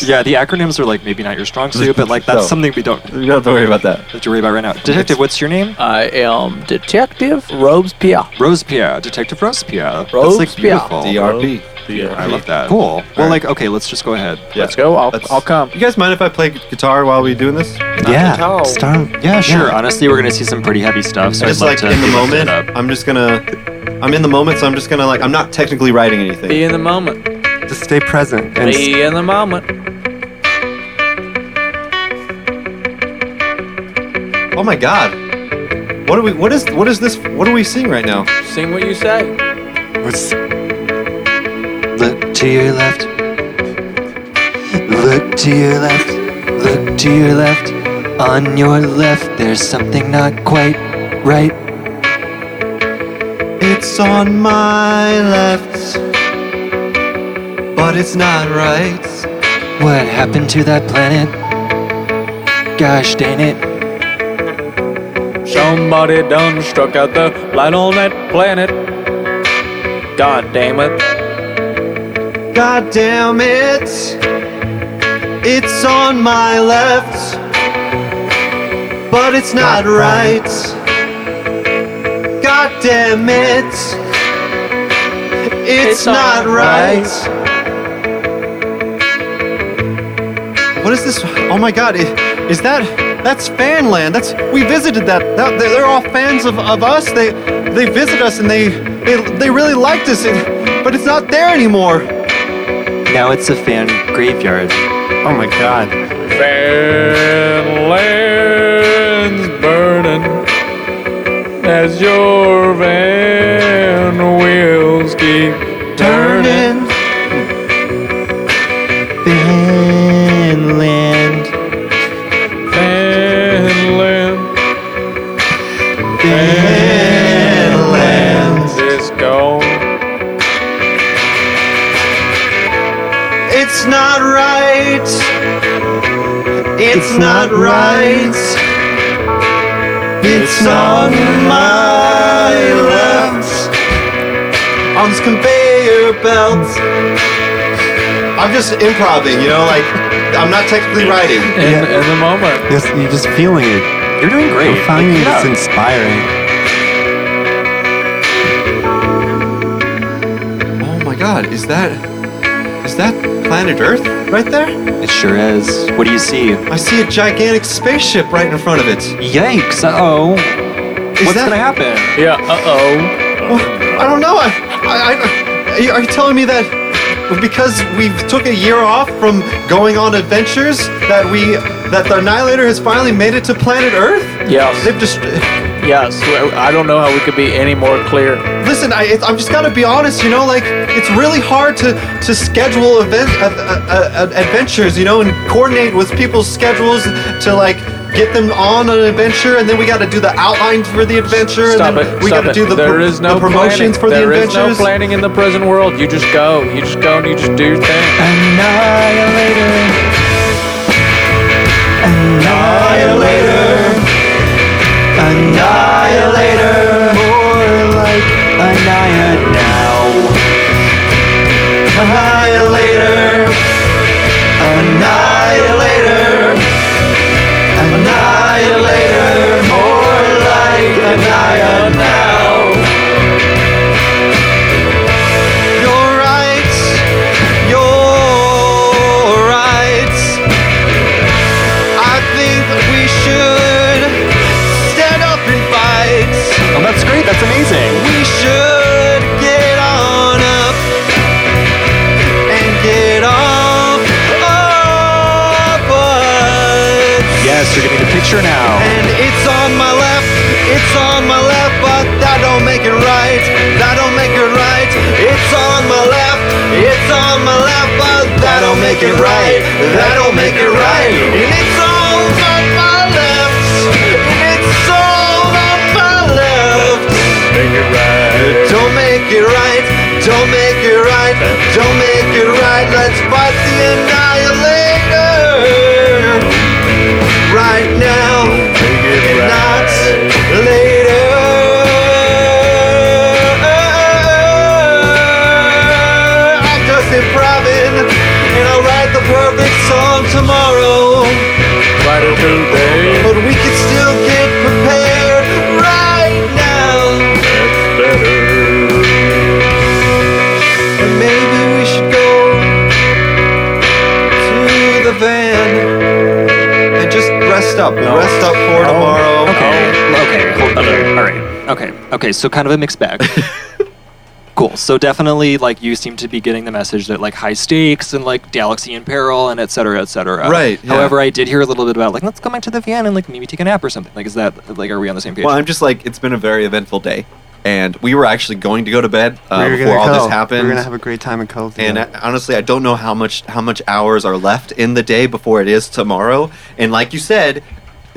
yeah, the acronyms are like maybe not your strong suit, but like that's
No.
something we don't
You don't have to worry about that.
have to worry about right now. Detective, what's your name?
I am Um, Detective Robespierre.
Robespierre. Detective Robespierre. That's like
Robespierre.
beautiful.
DRP.
I love that. Cool. Well, like, okay, let's just go ahead.
Let's go. I'll, I'll come.
You guys mind if I play guitar while we doing this?
Yeah. Star. Yeah, sure. Honestly, we're gonna see some pretty heavy stuff. So
I'm just
I'd love to
like in the
lift it
moment.
up.
I'm just gonna. I'm in the moment, so I'm just gonna like. I'm not technically writing anything.
Be in the moment.
Just (laughs) stay present. And
Be in the moment.
Oh my god. What do we what is what is this what are we seeing right now?
Sing what you say.
What's Look to your left. Look to your left. Look to your left. On your left, there's something not quite right.
It's on my left, but it's not right.
What happened to that planet? Gosh dang it.
Somebody done struck out the light on that planet. God damn it.
God damn it! It's on my left, but it's not right. God damn it! It's, not right.
What is this? Oh my god, i- is that that's Fanland. That's we visited that. that they're they're all fans of, of us. They they visit us and they they, they really liked us and, but it's not there anymore.
Now it's a fan graveyard.
Oh my god.
Fan lands burning as your van wheels keep turning.
Finland.
Finland. Finland. It's gone.
It's not right. It's, not, right. It's on my left.
On this conveyor belt. I'm just improvising, you know, like I'm not technically writing.
In, in the moment.
Yes, you're just feeling it.
You're doing great.
I'm finding
Like,
it's
yeah.
inspiring.
Oh my god, is that is that planet Earth right there?
It sure is. What do you see?
I see a gigantic spaceship right in front of it.
Yikes! Oh, what's
that-
gonna happen?
Yeah, uh oh.
I don't know. I, I, I, are you- are you telling me that because we took a year off from going on adventures that we that the Annihilator has finally made it to planet Earth?
Yes,
They've just
yes. I don't know how we could be any more clear.
listen. I it's, I've just got to be honest. You know, like it's really hard to to schedule event uh, uh, uh, adventures. You know, and coordinate with people's schedules to like. Get them on an adventure, and then we got to do the outline for the adventure,
Stop
and then
it.
we
Stop
got
it.
to do the,
There
pro-
is no
the
planning.
promotions for
There
the
is
adventures.
no planning in the prison world. You just go. You just go and you just do your thing.
Annihilator. Annihilator. Annihilator. More like annihilate now. Annihilator. Annihilator.
Oh, picture now.
And it's on my left, it's on my left, but that don't make it right, that don't make it right. It's on my left, it's on my left, but that don't make it right, that don't make it right. And it's over my left, and it's over my left. Make it right. Don't make it right, don't make it right, don't make it right. Let's fight the annihilator right now and not later. I'm just improving and I'll write the perfect song tomorrow. But we can still get prepared right now. And maybe we should go to the van and just rest up. We'll rest up for tomorrow.
Okay. Okay. Cool. All right. Okay. Okay. So kind of a mixed
(laughs)
bag. cool. So definitely, like, you seem to be getting the message that like high stakes and like galaxy in peril and et cetera, et cetera.
Right, yeah.
However, I did hear a little bit about like let's go back to the van and like maybe take a nap or something. Like, is that like are we on the same page?
Well, I'm just like, it's been a very eventful day. And we were actually going to go to bed uh,
We're gonna
before all
cuddle.
this happened.
We're gonna have a great time in cuddle.
and
together.
I, honestly, I don't know how much how much hours are left in the day before it is tomorrow. And like you said,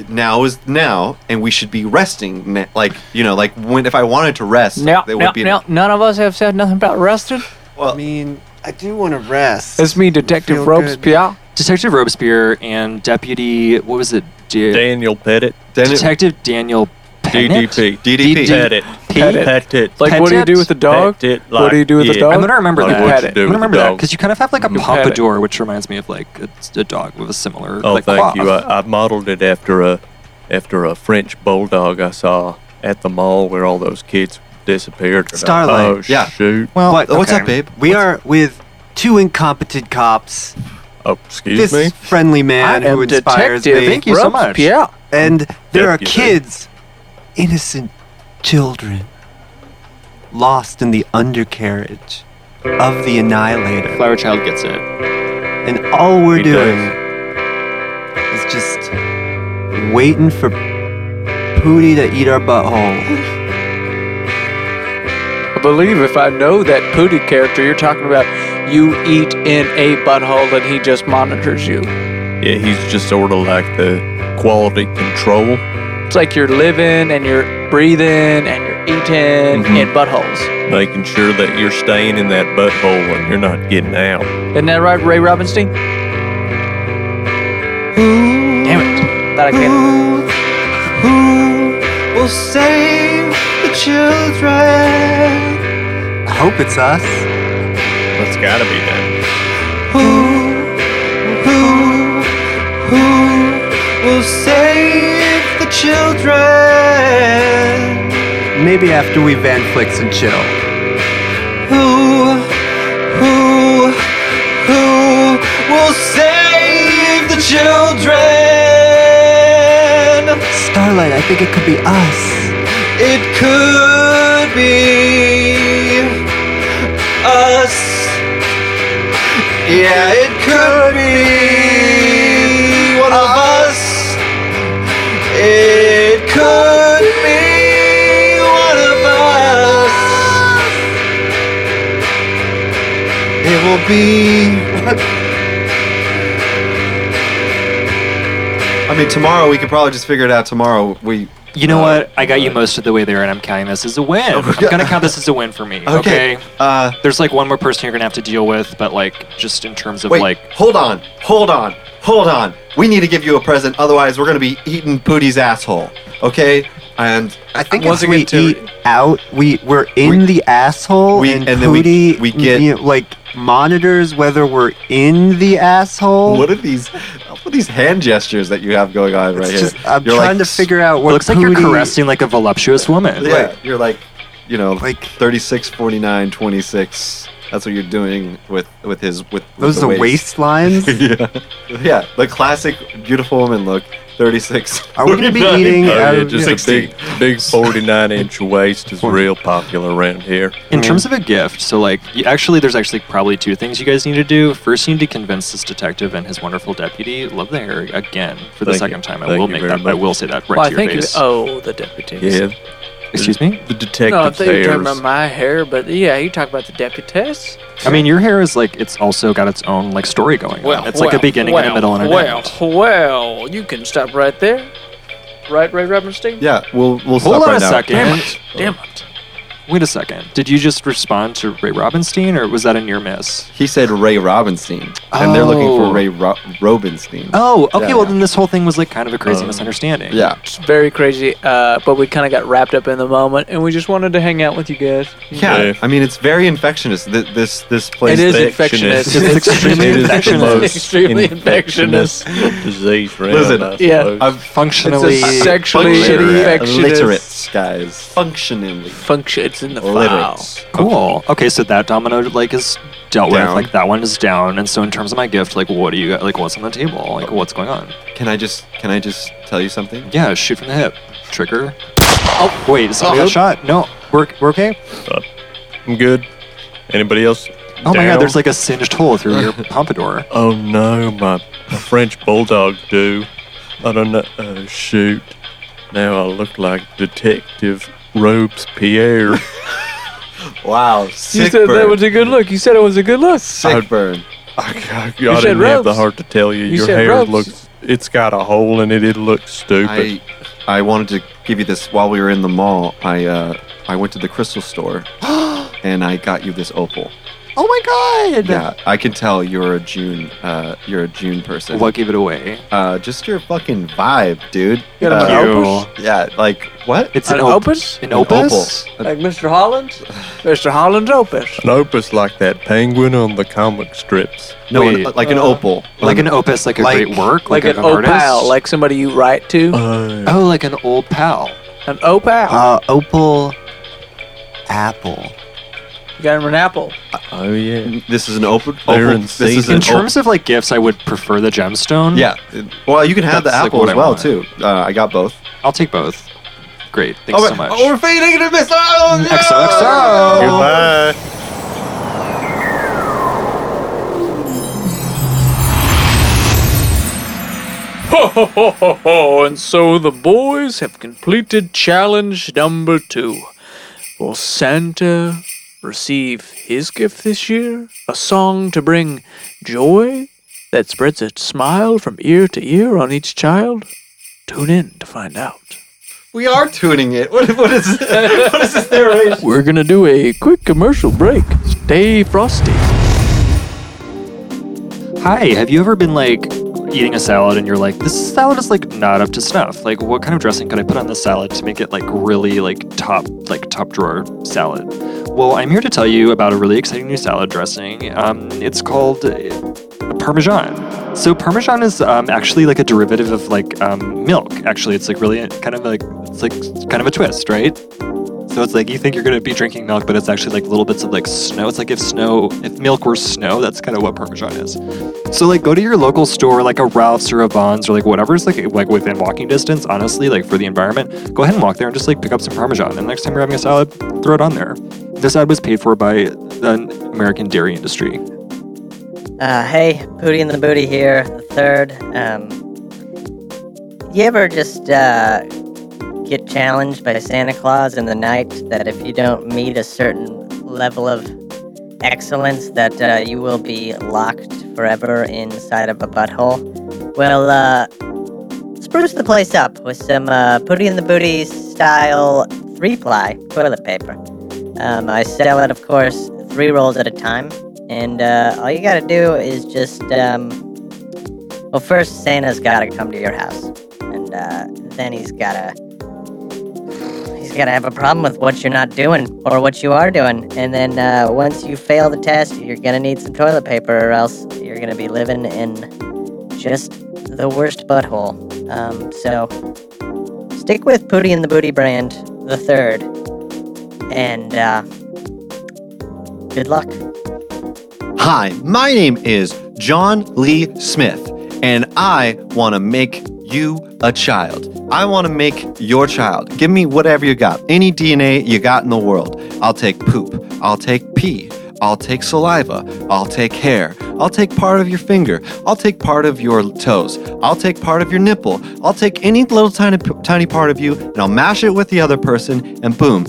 now is now, and we should be resting. na- Like you know, like when if I wanted to rest,
No,
there
no,
would be.
no, none of us have said nothing about resting.
Well, I
mean, I do want to rest.
It's me, Detective Robespierre.
Detective Robespierre and Deputy, what was it? Da-
Daniel Pettit.
Detective Daniel Pettit.
DDP.
DDP.
Pettit.
Pettit.
Pettit.
Like, what do you do with the dog?
Pettit,
What do you do with the
yeah.
dog? I'm gonna remember
Like,
that.
what you
Pettit.
do
I'm gonna
with the
remember that
dog.
because you kind of have like a
Mm.
pompadour, which reminds me of like a, a dog with a similar.
Oh,
like,
thank
claw.
you. I, I modeled it after a after a French bulldog I saw at the mall where all those kids disappeared.
Starlight.
Oh,
Yeah.
Shoot.
Well,
What-
okay.
what's up, babe?
We are with two incompetent cops.
Oh,
this
excuse me?
friendly man
I am
who inspires
Detective
me.
Thank you so much. Robespierre.
And there
Deputy.
are kids, innocent children, lost in the undercarriage of the annihilator.
Flower Child gets it.
And all we're doing is just waiting for Pootie to eat our butthole.
I believe if I know that Pootie character you're talking about, you eat in a butthole and he just monitors you.
Yeah, he's just sort of like the quality control.
It's like you're living and you're breathing and you're eating
Mm-hmm.
in buttholes.
making sure that you're staying in that butthole and you're not getting out.
Isn't that right, Ray Robinstein? Damn it. Thought I can.
Who will save the children?
I hope it's us.
That's gotta be that.
Who, who will save the children?
Maybe after we Van Flicks and chill.
Who, who, who will save the children?
Starlight, I think it could be us.
It could be us. Yeah, it could be one of us. It could be one of us. It will be. (gasps)
I mean, tomorrow we could probably just figure it out. Tomorrow we. Uh,
You know what? I got you most of the way there, and I'm counting this as a win. I'm gonna count this as a win for
(laughs)
me.
Oh, (laughs) Okay,
Okay. Uh, There's like one more person you're gonna have to deal with, but like just in terms of
Wait,
like
hold on, hold on, hold on. We need to give you a present, otherwise we're gonna be eating Pootie's asshole. Okay, and
I think
once
if we eat out, we we're in the asshole,
we-
and,
and then we-
Pootie
we get-
you know, like monitors whether we're in the asshole.
What are these? What are these hand gestures that you have going on right
just-
here?
I'm trying to figure out what
it looks like you're
Pootie-
caressing like a voluptuous woman.
Yeah, you're like, you know, like 36, 49, 26. That's what you're doing with with his with, with
Those
the (laughs)
are waist lines.
yeah, yeah, the classic beautiful woman look. 36.
I wouldn't
(laughs)
be eating.
Oh,
out
yeah,
of-
just a big, big 49 inch waist is real popular around here.
In
Mm-hmm.
terms of a gift, so like, you, actually, there's actually probably two things you guys need to do. First, you need to convince this detective and his wonderful deputy. Love the hair again for the
Thank
second
you.
time. I
Thank
will
you
make
very
that. I
much.
will say that right
Well, I
to your
think it-
face.
oh, the deputy.
Yeah.
Excuse me.
The
no, I
detective's
think you're talking about
hairs.
my hair, but yeah, you talk about the deputies.
I mean, your hair is like it's also got its own like story going on. It's like a beginning and a middle and an end.
well, Well, well, you can stop right there. Right, Ray Rubenstein?
Yeah, we'll we'll
Hold
stop
on
right
a
now.
second.
Damn it. Damn it.
Wait a second. Did you just respond to Ray Robinstein, or was that a near miss?
He said Ray Robinstein, and they're looking for Ray Ro- Robinstein.
Oh, okay.
Yeah.
well, then this whole thing was like kind of a crazy
Um,
misunderstanding.
Yeah.
It's very crazy, uh, but we kind of got wrapped up in the moment, and we just wanted to hang out with you guys.
Yeah, I mean it's very infectious. Th- this this place.
It is infectious. It's It's extremely
It is the
infectious.
most
It's extremely infectious.
disease around,
Listen,
I
yeah.
suppose.
I'm
functionally It's a sexually
illiterate,
infectious-
illiterate, guys. Functionally
Function. It's in the file.
illiterate.
Cool. Okay. so that domino like is dealt
Down.
with. Like that one is down. And so in terms of my gift, like what do you got? Like what's on the table? Like what's going on?
Can I just can I just tell you something?
Yeah, shoot from the hip. Trigger. Oh wait, somebody got shot. No, we're we're okay.
I'm good. Anybody else?
Oh my
down?
god, there's like a singed hole through your pompadour.
Oh no, my, my French bulldog do. I don't know. Oh shoot! Now I look like Detective Robespierre.
wow,
You said that was a good look. You said it was a good look.
Sick burn.
I, I,
You
I
said
didn't have the
ropes.
heart to tell you.
You
Your
said
hair
ropes.
looks. It's got a hole in it. It looks stupid.
I I wanted to give you this while we were in the mall. I uh I went to the crystal store and I got you this opal.
Oh my god.
Yeah, I can tell you're a June uh you're a June person.
What gave it away?
Uh, just your fucking vibe, dude.
You got
Uh,
an opus?
yeah, like what?
It's
An
op-
opus?
An opus?
opal.
Like Mr. Holland?
(laughs)
Mr. Holland's opus.
An opus like that penguin on the comic strips.
No, an-
Wait. uh,
like an opal.
Like an opus, like a
Like-
great work,
Like,
like,
an
of an
opal.
artist.
Like somebody you write to.
Uh,
oh, like an old pal.
an opal.
Uh, opal apple.
you got him an apple.
(laughs) oh yeah.
This is an opal.
They're
opal.
in
This is
season.
an
In
opal.
terms of like gifts, I would prefer the gemstone.
Yeah. Well, you can have the
That's, like,
apple
what
as
I
well
want.
too. Uh, I got both.
I'll take both. Great, thanks
Oh
so much.
we're fading into mist. Oh, no!
XOXO.
Goodbye.
Ho ho ho ho ho! And so the boys have completed challenge number two. Will Santa receive his gift this year? A song to bring joy that spreads a smile from ear to ear on each child? Tune in to find out.
We are tuning it. What, what is (laughs) what is this narration?
We're gonna do a quick commercial break. Stay frosty.
Hi, have you ever been like eating a salad and you're like, this salad is like not up to snuff. Like, what kind of dressing could I put on this salad to make it like really like top like top drawer salad? Well, I'm here to tell you about a really exciting new salad dressing. Um, it's called uh, Parmesan. So Parmesan is um, actually like a derivative of like um, milk. Actually, it's like really kind of like it's like kind of a twist, right? So it's like you think you're gonna be drinking milk, but it's actually like little bits of like snow. It's like if snow, if milk were snow, that's kind of what Parmesan is. So like go to your local store, like a Ralph's or a Vons or like whatever's like like within walking distance. Honestly, like for the environment, go ahead and walk there and just like pick up some Parmesan. And next time you're having a salad, throw it on there. This ad was paid for by the American dairy industry.
Uh, hey, Booty and the Booty here, the third. Um, you ever just uh, get challenged by Santa Claus in the night that if you don't meet a certain level of excellence that uh, you will be locked forever inside of a butthole? Well, uh, spruce the place up with some uh, Booty and the Booty style three-ply toilet paper. Um, I sell it, of course, three rolls at a time. And uh, all you gotta do is just, um, well, first Santa's gotta come to your house, and uh, then he's gotta he's gotta have a problem with what you're not doing or what you are doing. And then uh, once you fail the test, you're gonna need some toilet paper, or else you're gonna be living in just the worst butthole. Um, so stick with Pooty and the Booty brand, the third, and uh, good luck.
Hi, my name is John Lee Smith, and I want to make you a child. I want to make your child. Give me whatever you got. Any DNA you got in the world. I'll take poop. I'll take pee. I'll take saliva. I'll take hair. I'll take part of your finger. I'll take part of your toes. I'll take part of your nipple. I'll take any little tiny tiny part of you and I'll mash it with the other person and boom,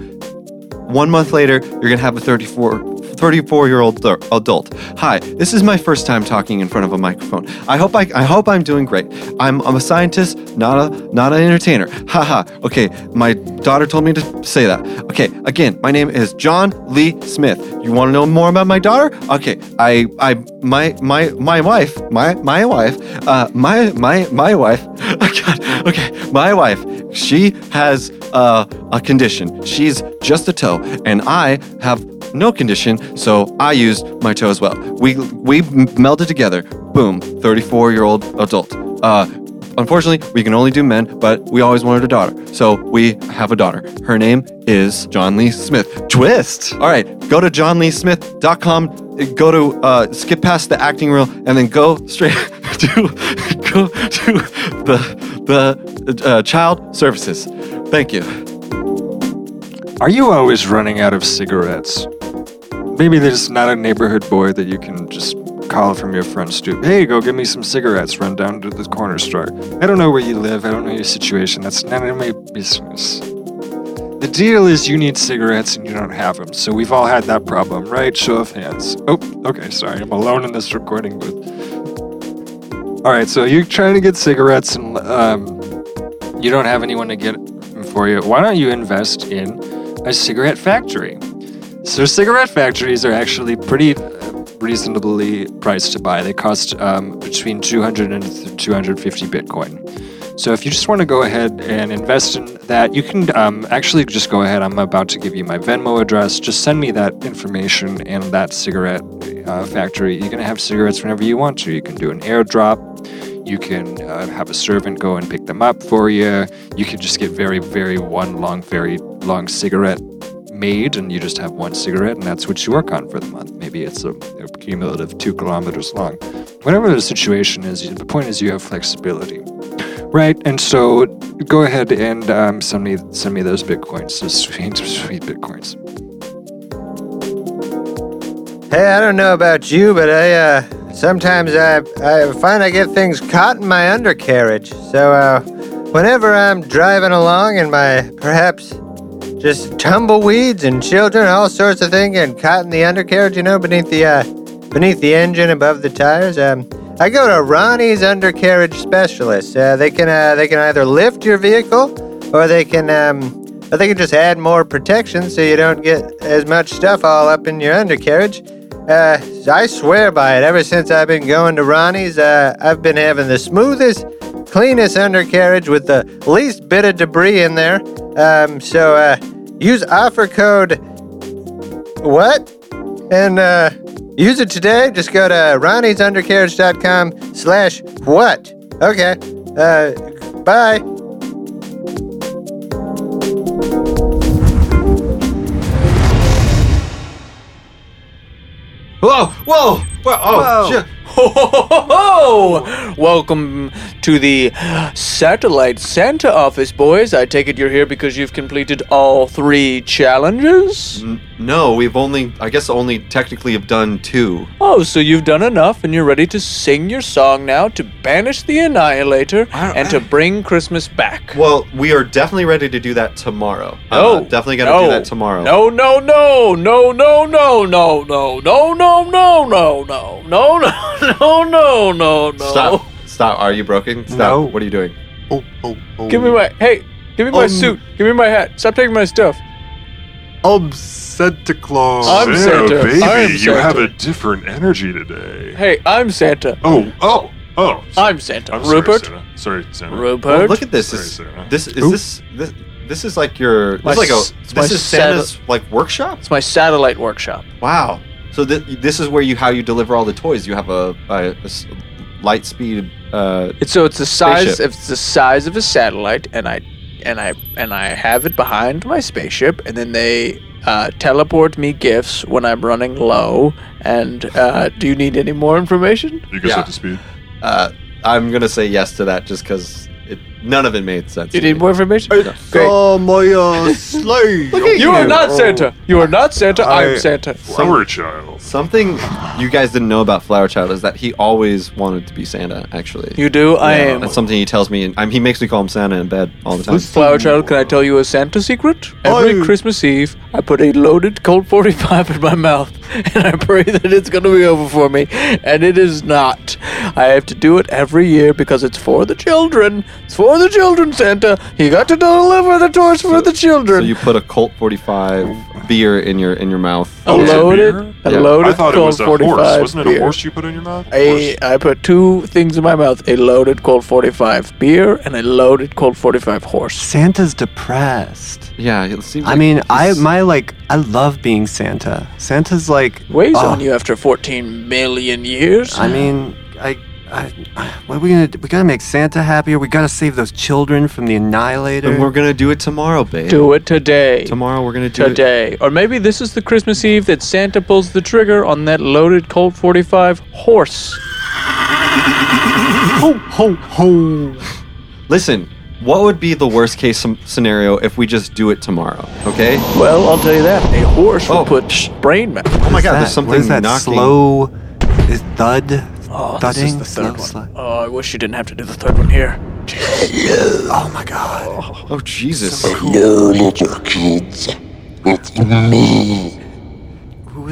one month later, you're going to have a 34, 34 year old adult. Hi, this is my first time talking in front of a microphone. I hope I, I hope I'm doing great. I'm, I'm a scientist, not a not an entertainer. (laughs) Haha. Okay, my daughter told me to say that. Okay, again, my name is John Lee Smith. You want to know more about my daughter? Okay, I I my my my wife, my my wife, uh, my my my wife. Oh, God. Okay, my wife. She has uh, a condition. She's just a toe, and I have no condition, so I used my toe as well. We we m- melded together. Boom, 34 year old adult. Uh, unfortunately, we can only do men, but we always wanted a daughter, so we have a daughter. Her name is John Lee Smith. Twist. All right, go to johnleesmith.com. Go to uh, skip past the acting reel and then go straight (laughs) to go to the the uh, child services. Thank you.
Are you always running out of cigarettes? Maybe there's not a neighborhood boy that you can just call from your front stoop. Hey, go get me some cigarettes. Run down to the corner store. I don't know where you live. I don't know your situation. That's none of my business. The deal is you need cigarettes and you don't have them. So we've all had that problem, right? Show of hands. Oh, okay. Sorry. I'm alone in this recording booth. All right. So you're trying to get cigarettes and um, you don't have anyone to get them for you. Why don't you invest in a cigarette factory? So cigarette factories are actually pretty uh, reasonably priced to buy. They cost um, between 200 and 250 Bitcoin. So if you just want to go ahead and invest in that, you can um, actually just go ahead. I'm about to give you my Venmo address. Just send me that information and that cigarette uh, factory. You can have cigarettes whenever you want to. You can do an airdrop. You can uh, have a servant go and pick them up for you. You can just get very, very one long, very long cigarette made, and you just have one cigarette, and that's what you work on for the month. Maybe it's a, a cumulative two kilometers long. Whatever the situation is, the point is you have flexibility. Right, and so go ahead and um, send me send me those bitcoins, those sweet sweet bitcoins.
Hey, I don't know about you, but I uh, sometimes I I find I get things caught in my undercarriage. So uh, whenever I'm driving along and my perhaps just tumbleweeds and children, all sorts of things, and caught in the undercarriage, you know, beneath the uh, beneath the engine, above the tires. Um, I go to Ronnie's undercarriage specialists. Uh, they can uh, they can either lift your vehicle, or they can um, or they can just add more protection so you don't get as much stuff all up in your undercarriage. Uh, I swear by it. Ever since I've been going to Ronnie's, uh, I've been having the smoothest, cleanest undercarriage with the least bit of debris in there. Um, so uh, use offer code what and uh, use it today. Just go to ronniesundercarriage.com slash what. Okay. Uh, bye.
Whoa, whoa, whoa, oh, shit. Ho, ho, ho, ho, ho. Welcome to the Satellite Santa office, boys. I take it you're here because you've completed all three
Mm.
challenges?
No, we've only I guess only technically have done two.
Oh, so you've done enough and you're ready to sing your song now to banish the Annihilator and to bring Christmas back.
Well, we are definitely ready to do that tomorrow.
No,
Uh, definitely gonna do
no,
that tomorrow.
No, no, no, no, no, no, no, no, no, no, no, no, no, no, (laughs) no, no, no, no, no.
Stop. Stop. Are you broken? Stop. What are you doing? Oh, oh, oh.
Give me my hey. Give me my
Um,
suit. Give me my hat. Stop taking my stuff.
I'm Santa Claus.
I'm Santa.
baby,
I'm
you have
Santa.
a different energy today.
Hey, I'm Santa.
Oh, oh, oh.
I'm Santa.
I'm
Rupert.
Sorry, Santa. Sorry, Santa.
Well, Oh, look at this.
Sorry,
Is,
Santa.
this is
Oop.
this this this is like your
My
this is like
s-
a
my
this is Santa's
saddle-
like workshop. It's
my satellite workshop.
Wow. So thi- this is where you how you deliver all the toys. You have a, a- a s- light speed. Uh,
It's so it's the size.
Spaceship.
It's the size of a satellite, and I, and I, and I have it behind my spaceship, and then they uh, teleport me gifts when I'm running low. And uh, do you need any more information?
You guys
Yeah.
have to speed.
uh, I'm gonna say yes to that just because It, none of it made sense.
You need more information?
Oh, my uh, slave.
Look at You are you. not Santa. You are not Santa. I'm Santa.
Flower Child. Something you guys didn't know about Flower Child is that he always wanted to be Santa. Actually,
You do? I am-
That's something he tells me, and I'm, he makes me call him Santa in bed all the time.
Flower Child, can I tell you a Santa secret? Every Christmas Eve, I put a loaded Colt 45 (laughs) in my mouth and I pray that it's going to be over for me. And it is not. I have to do it every year because it's for the children. It's for the children, Santa. You got to deliver the toys for the children.
So you put a Colt 45 beer in your in your mouth.
A loaded- a loaded I thought it was Colt a horse. 45
Wasn't it
beer.
a horse you put in your mouth?
A, I put two things in my mouth a loaded Colt 45 beer and a loaded Colt 45 horse.
Santa's depressed.
Yeah, it seems.
I mean, I my like I love being Santa. Santa's like
Weighs
oh,
on you after 14 million years.
I mean, I, I, what are we gonna? do? We gotta make Santa happier. We gotta save those children from the annihilator.
And we're gonna do it tomorrow, babe.
Do it today.
Tomorrow we're gonna do it.
today. Or maybe this is the Christmas Eve that Santa pulls the trigger on that loaded Colt 45 horse.
(laughs) ho ho ho. Listen, what would be the worst case sum- scenario if we just do it tomorrow? Okay.
Well, I'll tell you that a horse
Oh.
will put brain matter.
Oh my God! There's something knocking.
Is thud?
Oh, this is the third one. Oh, I wish you didn't have to do the third one here.
(laughs) Oh my God.
Oh Jesus.
Hello, little kids. It's me,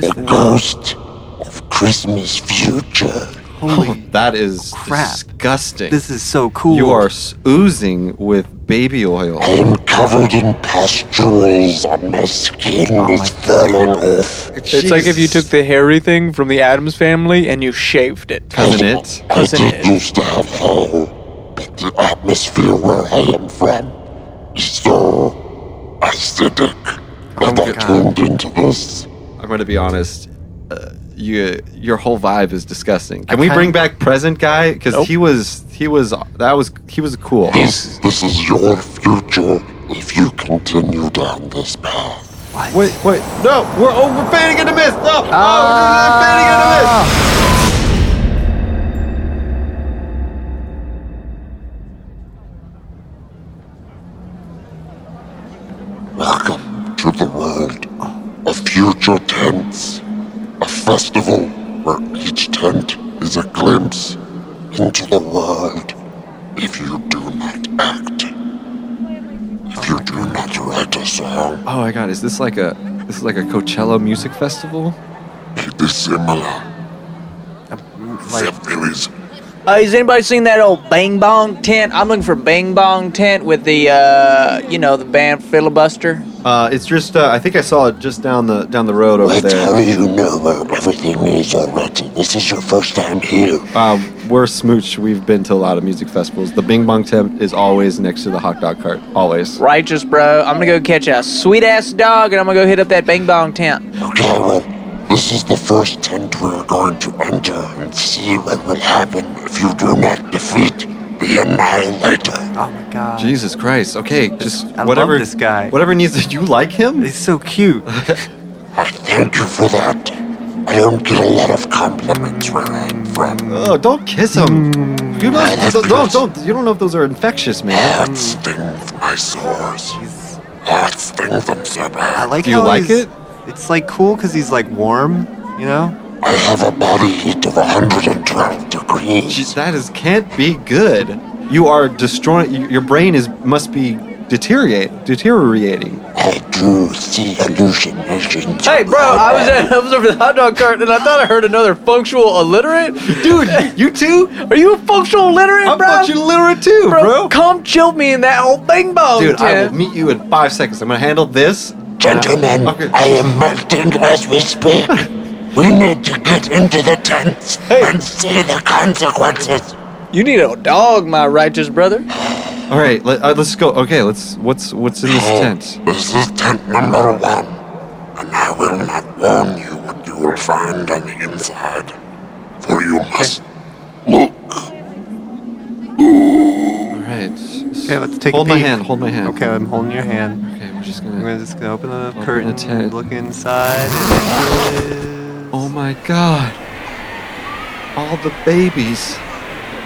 the ghost of Christmas future.
Holy Oh, that is
crap.
disgusting.
This
is so cool.
You are s- oozing with baby oil.
I'm covered in pustules and Oh my skin is falling off.
It's like if you took the hairy thing from the Adams family and you shaved it.
Cousin it.
I did used to have hair, but the atmosphere where I am from is so acidic
Oh
that I turned into this.
I'm gonna be honest. Uh, you, your whole vibe is disgusting. Can
I
we
kinda-
bring back present guy? Because he was, he was, that was, he was cool.
This, this is your future if you continue down this path.
Wait, wait, no, we're oh, we're fading into mist. No,
Ah.
oh,
Welcome to the world of future tents, a festival where each tent is a glimpse into the world if you do not act. If you do not write a song,
Oh my God! Is this like a, this is like a Coachella music festival?
it is similar. Except there is
Uh, has anybody seen that old Bang Bong tent? I'm looking for Bang Bong tent with the, uh, you know, the band filibuster.
Uh, it's just, uh, I think I saw it just down the down the road over
That's how
there.
you know where everything is already. This is your first time here.
Uh, we're smooch. We've been to a lot of music festivals. The Bing Bong tent is always next to the hot dog cart. Always.
Righteous, bro. I'm gonna go catch a sweet ass dog and I'm gonna go hit up that Bang Bong tent.
Okay, well, this is the first tent we're going to enter and see what will happen if you do not defeat the Annihilator.
Oh my God.
Jesus Christ. Okay, just
I
whatever.
love this guy.
Whatever needs to. You like him?
He's so
(laughs)
cute.
Thank you for that. I don't get a lot of compliments where I'm from.
Oh, don't kiss him.
Mm.
You don't, don't, don't, don't- You don't know if those are infectious, man.
Hearts sting my sores. Hearts sting them so bad.
I like.
Do you
how
like
he's-
it?
It's like cool because he's like warm. You know.
I have a body heat of 112 degrees.
Jeez, that is can't be good. You are destroying. y- Your brain is must be deteriorate deteriorating.
I do see hallucinations.
Hey, bro, I was at I was over the hot dog cart and I thought I heard another functional illiterate.
Dude, you too?
Are you a functional illiterate, bro? I'm
functional illiterate too, bro.
Come chill me in that old Bang Bong
Dude, I will
tent.
meet you in five seconds. I'm gonna handle this.
Gentlemen, I am melting as we speak. we need to get into the tents and see the consequences.
You need a dog, my righteous brother.
All right, let, uh, let's go. Okay, let's. What's what's in this tent?
Oh, This is tent number one, and I will not warn you what you will find on the inside, for you must look.
All right.
Okay, let's take.
Hold
a
my
peek.
hand, hold my hand.
Okay, I'm holding your hand.
Okay, we're just
I'm
gonna.
gonna just gonna open the
Open
curtain,
the tent.
look inside. and-
Oh my God! All the babies.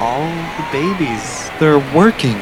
All the babies.
They're working.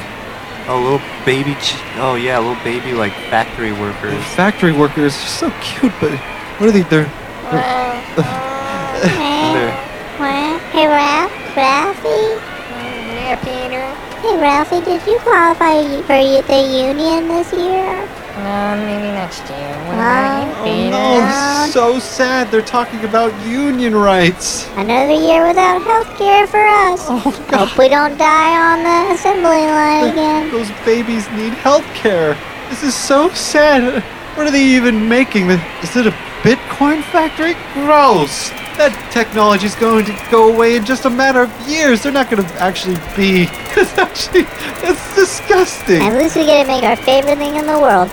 Oh, little baby. Ch- oh, yeah, little baby like factory workers.
Factory workers are so cute, but what are they? They're. they're-
Hey, Ralph. Ralphie. Yeah, Peter. Hey, Ralphie, did you qualify for y- the union this year?
No, Um, maybe next year. What
Oh,
about you, Peter?
oh, this is so sad. They're talking about union rights. Oh,
Another year without health care for us. Hope we don't die on the assembly line again.
Those babies need health care. This is so sad. What are they even making? Is it a Bitcoin factory? Gross. That technology's going to go away in just a matter of years. They're not going to actually be. (laughs) It's actually. It's disgusting.
At least we get to make our favorite thing in the world,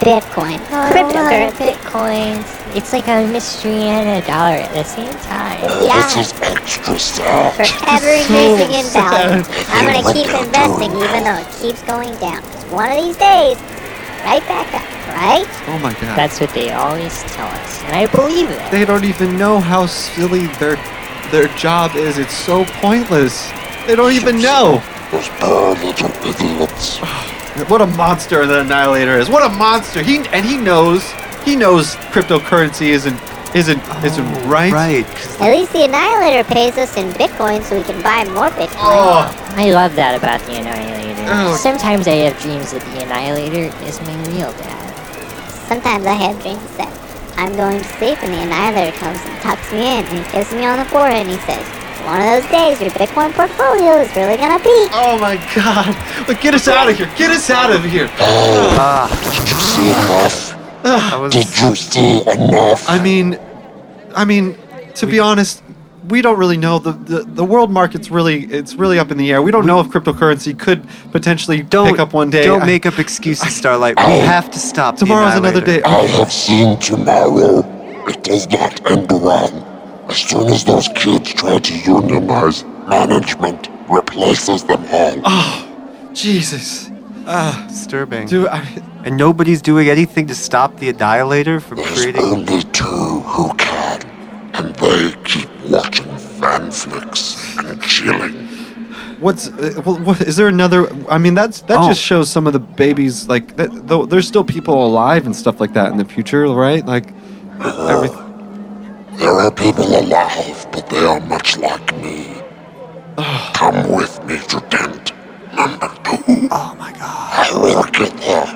Bitcoin.
Oh,
Cryptocurrency.
Cryptocurrency. It's like a mystery and a dollar at the same time.
Yeah.
This is extra sad.
Forever
(laughs)
increasing in value. I'm gonna keep
Look at
investing even though it keeps going down. 'Cause one of these days, right back up, right?
Oh my god.
That's what they always tell us, and I believe it.
They don't even know how silly their their job is. It's so pointless. They don't even know.
Those poor little
(sighs)
idiots.
What a monster the Annihilator is. What a monster. He and he knows. He knows cryptocurrency isn't isn't isn't right. Right.
At least the Annihilator pays us in Bitcoin so we can buy more Bitcoin.
Oh, I love that about the Annihilator.
Oh.
Sometimes I have dreams that the Annihilator is my real dad.
Sometimes I have dreams that I'm going to sleep and the Annihilator comes and tucks me in and he kisses me on the forehead and he says, one of those days your Bitcoin portfolio is really gonna peak.
Oh my god. Look, get us out of here. Get us out of here.
Did you see enough? Did you see enough?
I mean, I mean, to be honest, we don't really know the, the the world market's really it's really up in the air. We don't know if cryptocurrency could potentially pick up one day.
Don't
I-
make up (laughs) excuses, Starlight. Oh. We have to stop. the
Tomorrow's another
Annihilator.
day.
I have seen tomorrow. It does not end well. As soon as those kids try to unionize, management replaces them all.
(laughs) Ah. Jesus.
Oh.
Ah,
disturbing.
Dude, I,
and nobody's doing anything to stop the Annihilator from creating.
Only two who can, and they keep watching fan flicks and chilling.
What's uh, well, what, is there another? I mean, that's
Oh.
that just shows some of the babies like that, though. There's still people alive and stuff like that in the future, right? Like, everyth-
Uh,
There are people alive, but they are much like me.
Ah.
Come with me to tent number two. Oh my god. I will get there.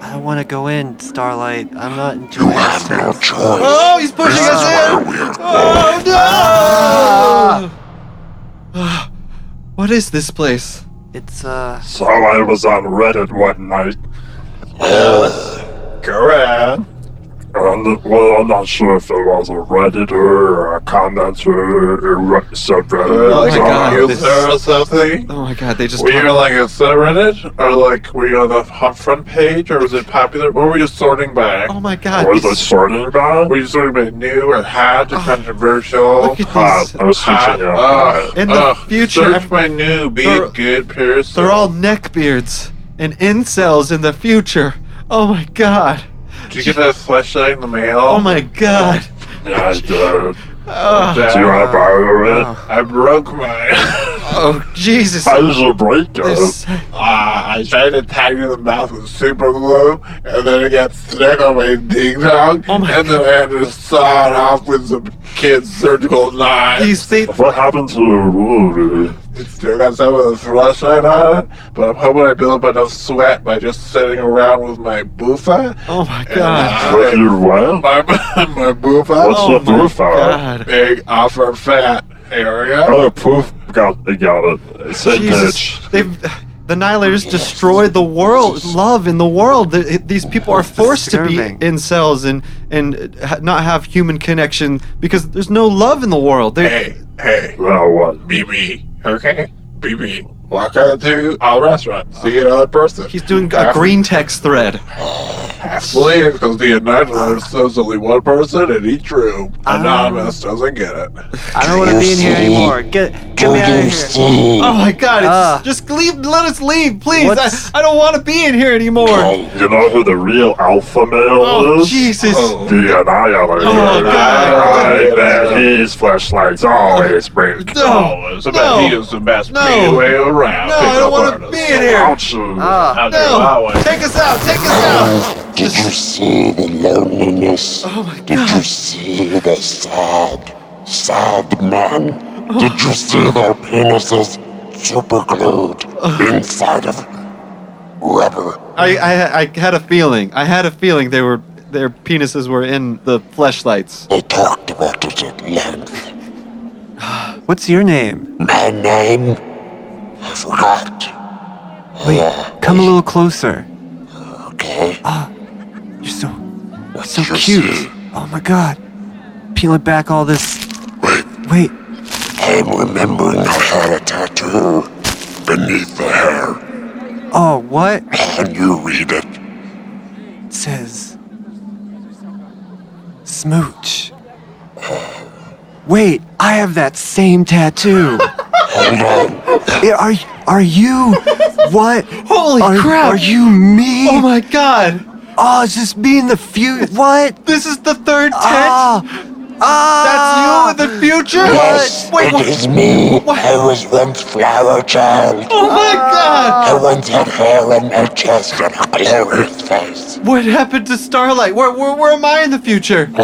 I don't want to go in, Starlight. I'm not enjoying
You have no choice.
Oh, he's pushing
this
us
is
in!
Where we are
Oh no! (sighs) what is this place?
It's uh.
So I was on Reddit one night. Correct. And, well, I'm not sure if it was a Redditor or a commenter or re- subreddit.
Oh
or
my God,
something.
this-
or something.
Oh my god, they just.
Were you like a subreddit, or like were you on the hot front page, or was it popular? What were you sorting by?
Oh my god. Ah.
What was it sorting by? Were you sorting by new or hot or controversial?
Look at
Hot.
these-
I was switching
Hot.
up.
Uh, in the
Uh,
future,
search by new. Be
they're-
a good person.
They're all neckbeards and incels in the future. Oh my god.
Did you get that flashlight in the mail?
Oh my god.
Yeah, I did.
Oh.
Do you want to borrow it? I broke mine.
(laughs) oh, Jesus.
I was a breaker.
This-
Uh, I tried to tag it in the mouth with super glue, and then it got stuck on my ding dong,
Oh,
and then I had to saw it off with some kid's surgical knife.
These things.
What happened to the wood? It still got some of the flashlight on it, but I'm hoping I build up enough sweat by just sitting around with my boofa.
Oh my
god.
What, your
what? My, (laughs) my boofa.
What's
oh
a
my
boofa?
God. Big offer fat area.
Oh, poof. Got, got it. It said
Jesus. They've. The Annihilators destroyed the world, love in the world. The- it- These people are forced to be incels and and uh, ha- not have human connection because there's no love in the world. They-
Hey, hey. Well, what? BB. Okay? BB. Walk out to our restaurant. See another person.
He's doing a green text thread.
Halfway, because the anonymous says only one
Ah.
person in each room. Anonymous doesn't get it.
I don't want to be in here anymore. Get
Get me out of here.
Steve.
Oh my god, it's,
Ah.
just leave, let us leave, please. I, I don't want to be in here anymore.
Oh, you know who the real alpha male
Oh,
is?
Jesus.
The annihilator. Oh, God. I bet his flashlights always Oh, bring dollars.
I bet
No.
he is the best
No.
midway around.
No, I
Pick
don't
up
wanna
on us.
be in here.
Ouch. I'll do it my way.
Take us out, take us out.
Did you see the loneliness?
Oh
Did you see the sad, sad man?
Oh.
Did you see their penises superglued
Oh.
inside of rubber?
I, I, I had a feeling. I had a feeling they were their penises were in the fleshlights.
They talked about it at length.
What's your name?
My name? I forgot.
Wait, come a little closer. Ah,
Okay.
You're so, so cute. Oh my god. Peel it back all this. Wait.
I'm remembering I had a tattoo beneath the hair.
Oh, what?
Can you read it?
It says. Smooch.
Uh.
Wait, I have that same tattoo. Yeah, Are are
(laughs)
you? What? Holy crap! Are you me? Oh
my god!
Oh, it's just me in the future. What?
This is the third tent.
Ah,
That's you in the future.
Yes,
Wait,
it is me. I was once flower child.
Oh my god!
I once had hair on my chest and a glorious face.
What happened to Starlight? Where, where, where am I in the future?
Oh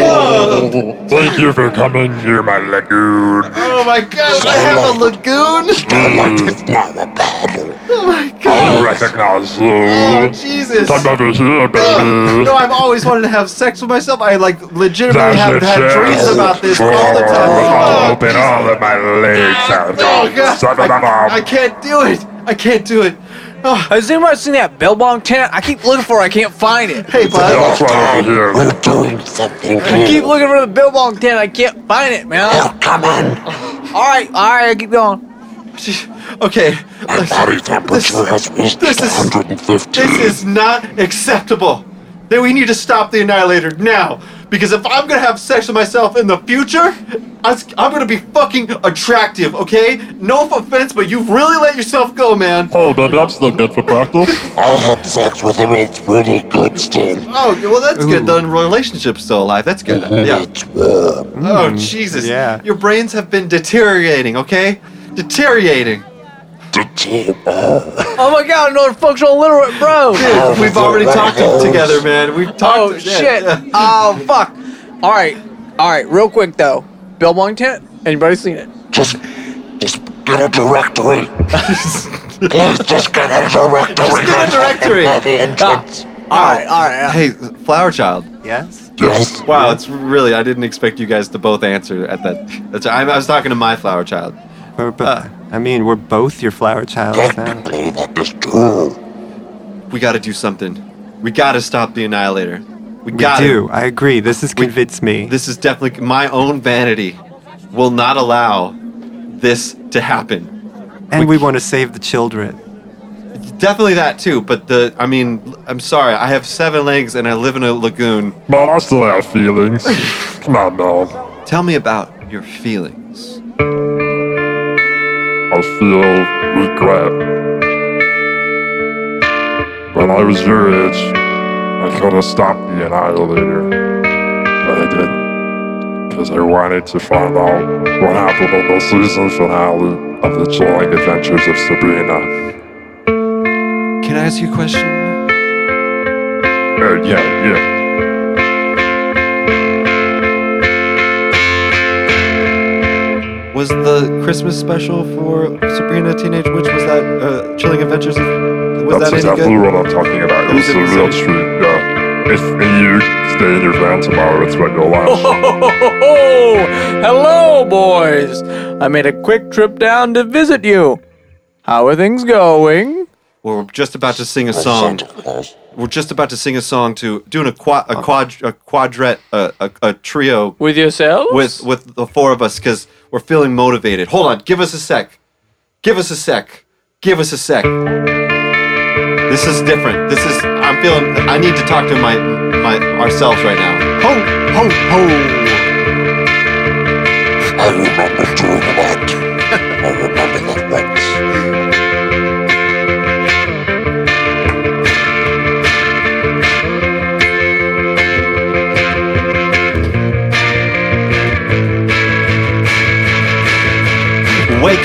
Thank you for coming here, my lagoon.
Oh my god, I have a lagoon?
Starlight is now a paddle.
Oh my
I
god.
recognize you.
Oh, Jesus.
Come over here, baby.
No, I've always wanted to have sex with myself. I like legitimately have
That's
had
it.
dreams about this all the time.
I'll open all of my legs out.
Oh god, I, I can't do it. I can't do it.
Has anyone seen that bell bong tent? I keep looking for it. I can't find it.
Hey,
That's why I'm here. We're doing something
I keep
here.
looking for the bell bong tent. I can't find it, man. Oh,
come on.
(sighs) All right, all right. Keep going. (sighs)
(laughs)
Okay.
My body temperature has reached 150.
This is not acceptable. Then we need to stop the Annihilator now. Because if I'm gonna have sex with myself in the future, I'm s- I'm gonna be fucking attractive, okay? No offense, but you've really let yourself go, man.
Oh, but that's not good for practice. I had sex with him. It's really good still.
Oh, well, that's good. The relationship's still alive. That's good. Yeah. Oh, Jesus. Yeah. Your brains have been deteriorating, okay? Deteriorating.
Oh my god, another functional illiterate, bro.
Oh,
Dude, we've already talked together, man. We've talked.
Oh shit. Oh fuck. All right, all right. Real quick though, bell bong tent. Anybody seen it?
Just, just get a directory. Please, just get a directory. Just
get a directory.
all right, all right.
Hey, Flower Child.
Yes.
Yes. Wow, it's really. I didn't expect you guys to both answer at that. That's. I, I was talking to my Flower Child. Uh,
I mean, we're both your flower childs now.
We got to do something. We got to stop the Annihilator. We
We
got
do. I agree. This has convinced me.
This is definitely my own vanity. Will not allow this to happen.
And we want to save the children.
Definitely that too, but the I mean, I'm sorry. I have seven legs and I live in a lagoon.
But I still have
(laughs)
feelings. Come on, now.
Tell me about your feelings.
I feel regret. When I was your age, I could have stopped the annihilator. But I didn't. Because I wanted to find out what happened in the season finale of The Chilling Adventures of Sabrina.
Can I ask you a question?
Uh, yeah, yeah.
Was the Christmas special for Sabrina Teenage Witch was that uh, Chilling Adventures? Of, was
That's
that
exactly
any good?
what I'm talking about. It was a real treat. Yeah. If you stay in your van tomorrow, it's what you'll watch.
Oh, (laughs) hello, boys. I made a quick trip down to visit you. How are things going?
Well, we're just about to sing a song. We're just about to sing a song to doing a quad, a quad, a quadret, a, a, a trio
with yourselves,
with with the four of us because we're feeling motivated. Hold on, give us a sec. Give us a sec. Give us a sec. This is different. This is. I'm feeling. I need to talk to my my ourselves right now. Ho ho ho.
will do a lot. I remember that once.
Wake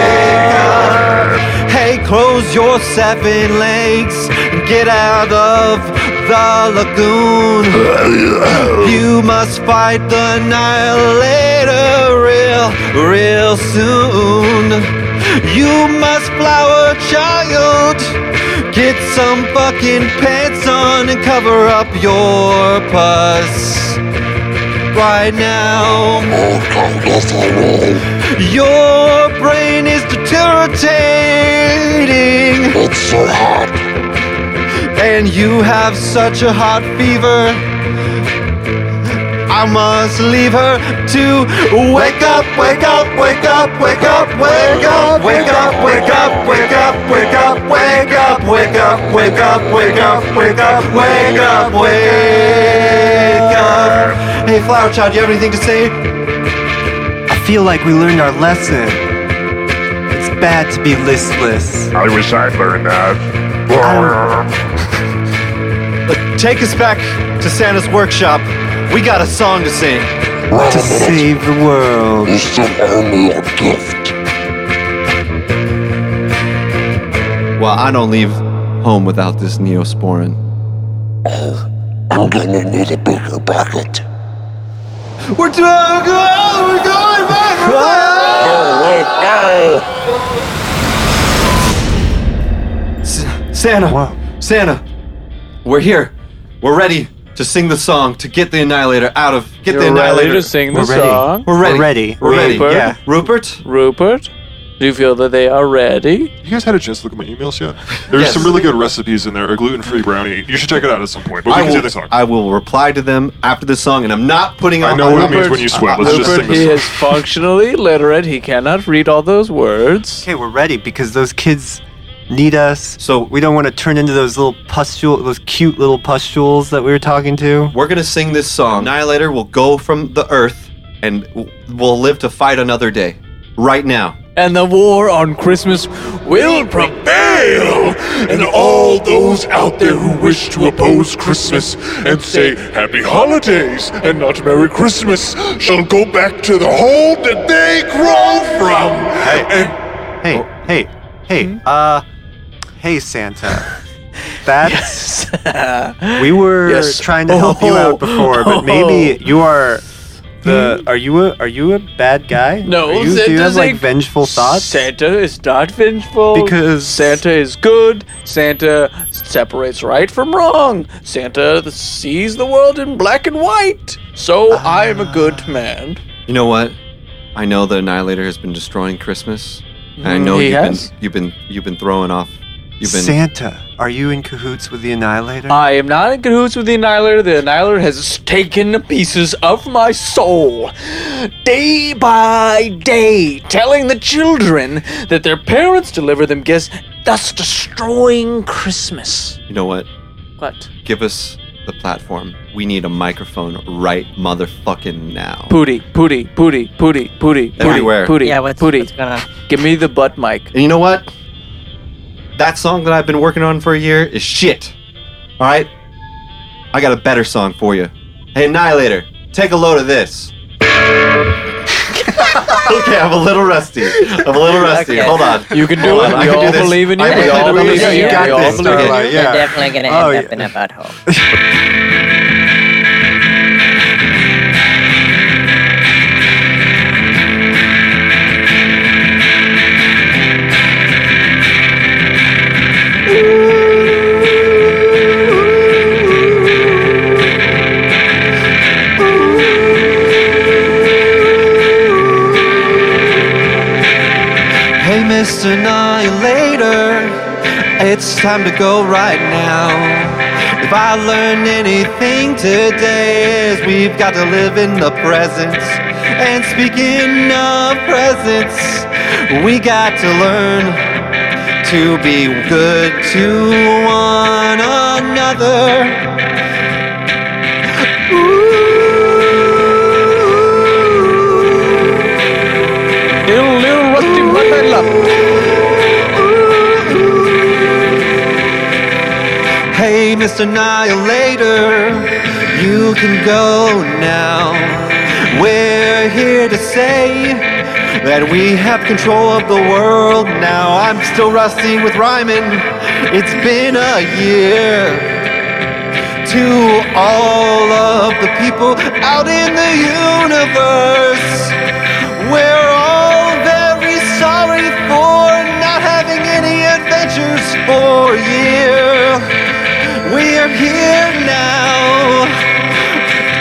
Hey, close your seven legs and get out of the lagoon. You must fight the Annihilator real, real soon. You must flower child. Get some fucking pants on and cover up your pus right now. Your brain is deteriorating. It's so hot. And you have such a hot fever. I must leave her to wake up, wake up, wake up, wake up, wake up, wake up, wake up, wake up, wake up, wake up, wake up, wake up, wake up, wake up, wake up, wake up. Hey, Flower Child, do you have anything to say?
I feel like we learned our lesson. It's bad to be listless.
I wish I'd learned that.
Take us back to Santa's workshop. We got a song to sing.
To save the world.
It's the only a gift.
Well, I don't leave home without this neosporin.
Oh, I'm gonna need a bigger bucket.
We're doing good. We're going back. S- Santa, Santa, we're here. We're ready to sing the song to get the Annihilator out of. Get the
You're ready
Annihilator.
to sing the We're ready. song?
We're ready.
uh, We're ready.
We're ready.
Rupert?
Yeah. Rupert.
Rupert, do you feel that they are ready?
You guys had a chance to look at my emails yet? There's some really good recipes in there. A gluten-free brownie. You should check it out at some point. But we
I
can
will,
do this on.
I will reply to them after this song, and I'm not putting
I
on.
know
my
what it means
Rupert-
when you sweat. Let's
Rupert,
just sing
He
this.
is functionally literate. He cannot read all those words.
Okay, we're ready because those kids need us.
So
we don't want to turn into those little pustule, those cute little pustules that we were talking to.
We're gonna sing this song. Annihilator will go from the earth, and w- will live to fight another day. Right now.
And the war on Christmas will prevail.
And all those out there who wish (laughs) to oppose Christmas and say Happy Holidays and not Merry Christmas shall go back to the home that they grow from. And
Hey, hey, hey, uh, hey, Santa. That's. we were
Yes.
trying to help you out before, but maybe you are. The, are you a are you a bad guy?
No,
Are you, do you have
Santa's
like
a-
vengeful thoughts?
Santa is not vengeful.
Because-
Santa is good. Santa separates right from wrong. Santa sees the world in black and white. So I am a good man.
You know what? I know the Annihilator has been destroying Christmas. And I
Mm,
know
he
you've
has?
been you've been you've been throwing off. You've been
Santa, are you in cahoots with the Annihilator?
I am not in cahoots with the Annihilator. The Annihilator has taken pieces of my soul day by day, telling the children that their parents deliver them gifts, thus destroying Christmas.
You know what?
What?
Give us the platform. We need a microphone right motherfucking now.
Pooty, pooty, pooty, pooty, pooty,
Everywhere.
pooty,
Yeah,
what's, pooty. Give me the butt mic.
And you know what? That song that I've been working on for a year is shit. All right? I got a better song for you. Hey, Annihilator, take a load of this. okay, I'm a little rusty. I'm a little rusty.
Okay.
Hold on.
You can do
Hold
it.
on.
We
I can
all
do this.
believe in you.
I
We all
I believe
believe in
You
you.
got
We all
this.
believe in
Okay.
you. Yeah.
You're definitely gonna
Oh,
end up in a butthole.
Hey, Mr. Annihilator, It's time to go right now. If I learned anything today, is we've got to live in the present. And speaking of presents, we got to learn to be good to one another.
Little, little rusty rusty
Hey, Mr. Annihilator, you can go now. We're here to say that we have control of the world now. I'm still rusty with rhyming. It's been a year. To all of the people out in the universe, we're all very sorry for not having any adventures for a year. We are here now.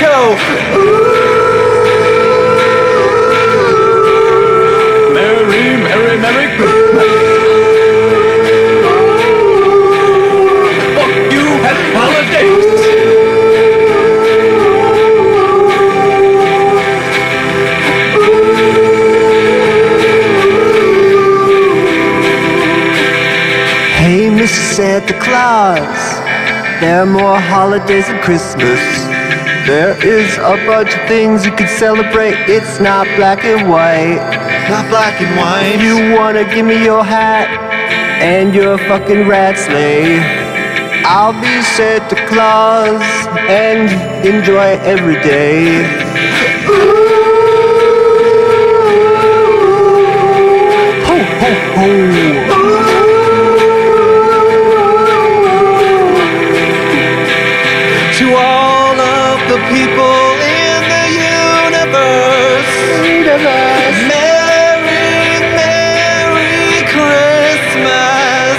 Go.
Merry, merry, merry Christmas. Fuck you happy holidays.
Hey, Mr. Santa Claus, there are more holidays than Christmas. There is a bunch of things you can celebrate. It's not black and white.
Not black and white.
You wanna give me your hat and your fucking rat sleigh? I'll be Santa Claus and enjoy every day.
To all of the people in the universe. Merry, Merry Christmas.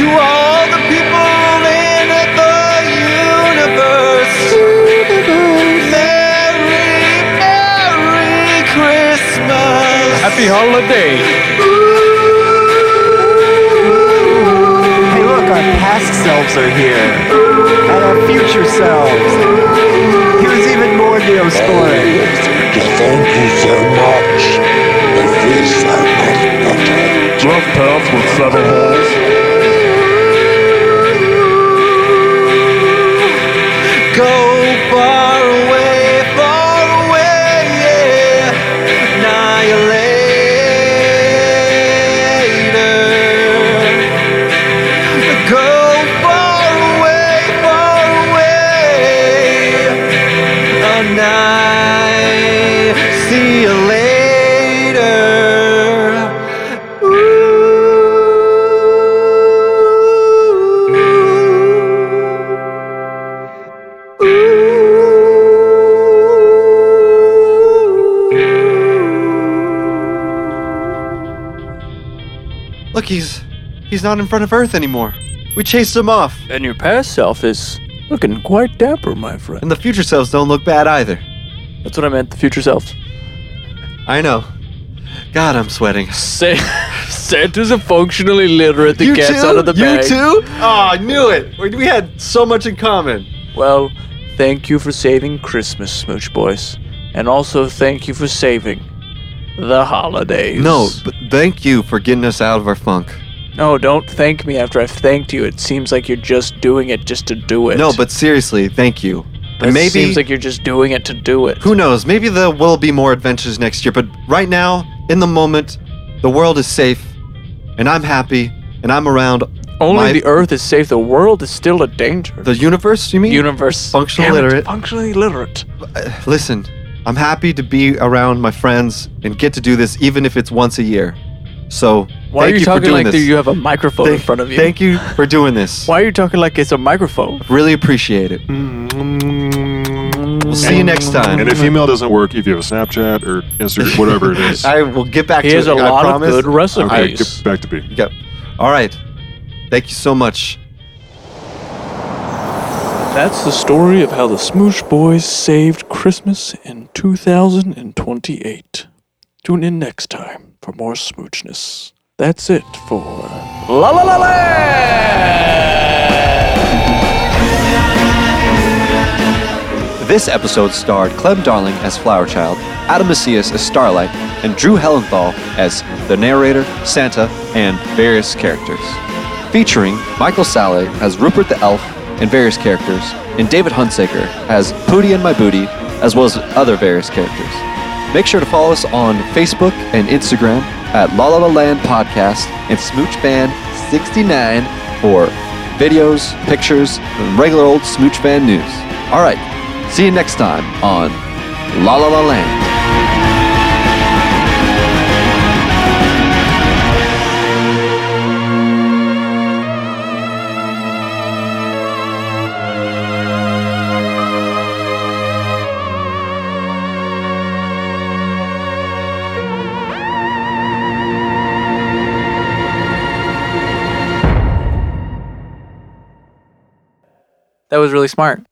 To all the people in the universe. Merry, Merry Christmas.
Happy holidays.
Hey, look, our past selves are here, and our future selves. Here's even more Neosporin.
Thank you so much. I feel so much better. Love path with seven holes.
Go far away, far away, yeah. Annihilator. Go far away, far away. Annihilate. See you later. Look, he's he's not in front of Earth anymore. We chased him off.
And your past self is looking quite dapper, my friend.
And the future selves don't look bad either.
That's what I meant, the future selves.
I know. God, I'm sweating.
Sa- Santa's a functionally literate that
you
gets
too?
out of the
you
bag.
too? Oh, I knew it. We we had so much in common.
Well, thank you for saving Christmas, Smooch Boys. And also thank you for saving the holidays.
No, but thank you for getting us out of our funk.
No, don't thank me after I've thanked you. It seems like you're just doing it just to do it.
No, but seriously, thank you.
It
And maybe
seems like you're just doing it to do it.
who knows? Maybe there will be more adventures next year. But right now, in the moment, the world is safe, and I'm happy, and I'm around.
Only
my-
the Earth is safe. The world is still a danger.
the universe. You mean
Universe.
functional
Damn it,
literate?
Functionally literate.
Uh, Listen, I'm happy to be around my friends and get to do this, even if it's once a year. So
Why
thank
are you,
for
talking
doing
like
this.
that you have a microphone in
Thank-
front of you?
Thank you for doing this.
Why are you talking like it's a microphone?
Really appreciate it. We'll see you next time.
And if email doesn't work, if you have a Snapchat or Instagram, whatever it is,
(laughs) I will get back
He
to
has
it.
a
I
lot of
promise.
good recipes. Okay, get back to B.
Yep. All right. Thank you so much.
That's the story of how the Smoosh Boys saved Christmas in 2028. Tune in next time for more smoochness. that's it for La La La
This episode starred Clem Darling as Flower Child, Adam Macias as Starlight, and Drew Hellenthal as the narrator, Santa, and various characters. Featuring Michael Saleh as Rupert the Elf and various characters, and David Hunsaker as Pootie and My Booty, as well as other various characters. Make sure to follow us on Facebook and Instagram at La La La Land Podcast and Smooch Band 69 for videos, pictures, and regular old Smooch Band news. All right, see you next time on La La La Land.
That was really smart.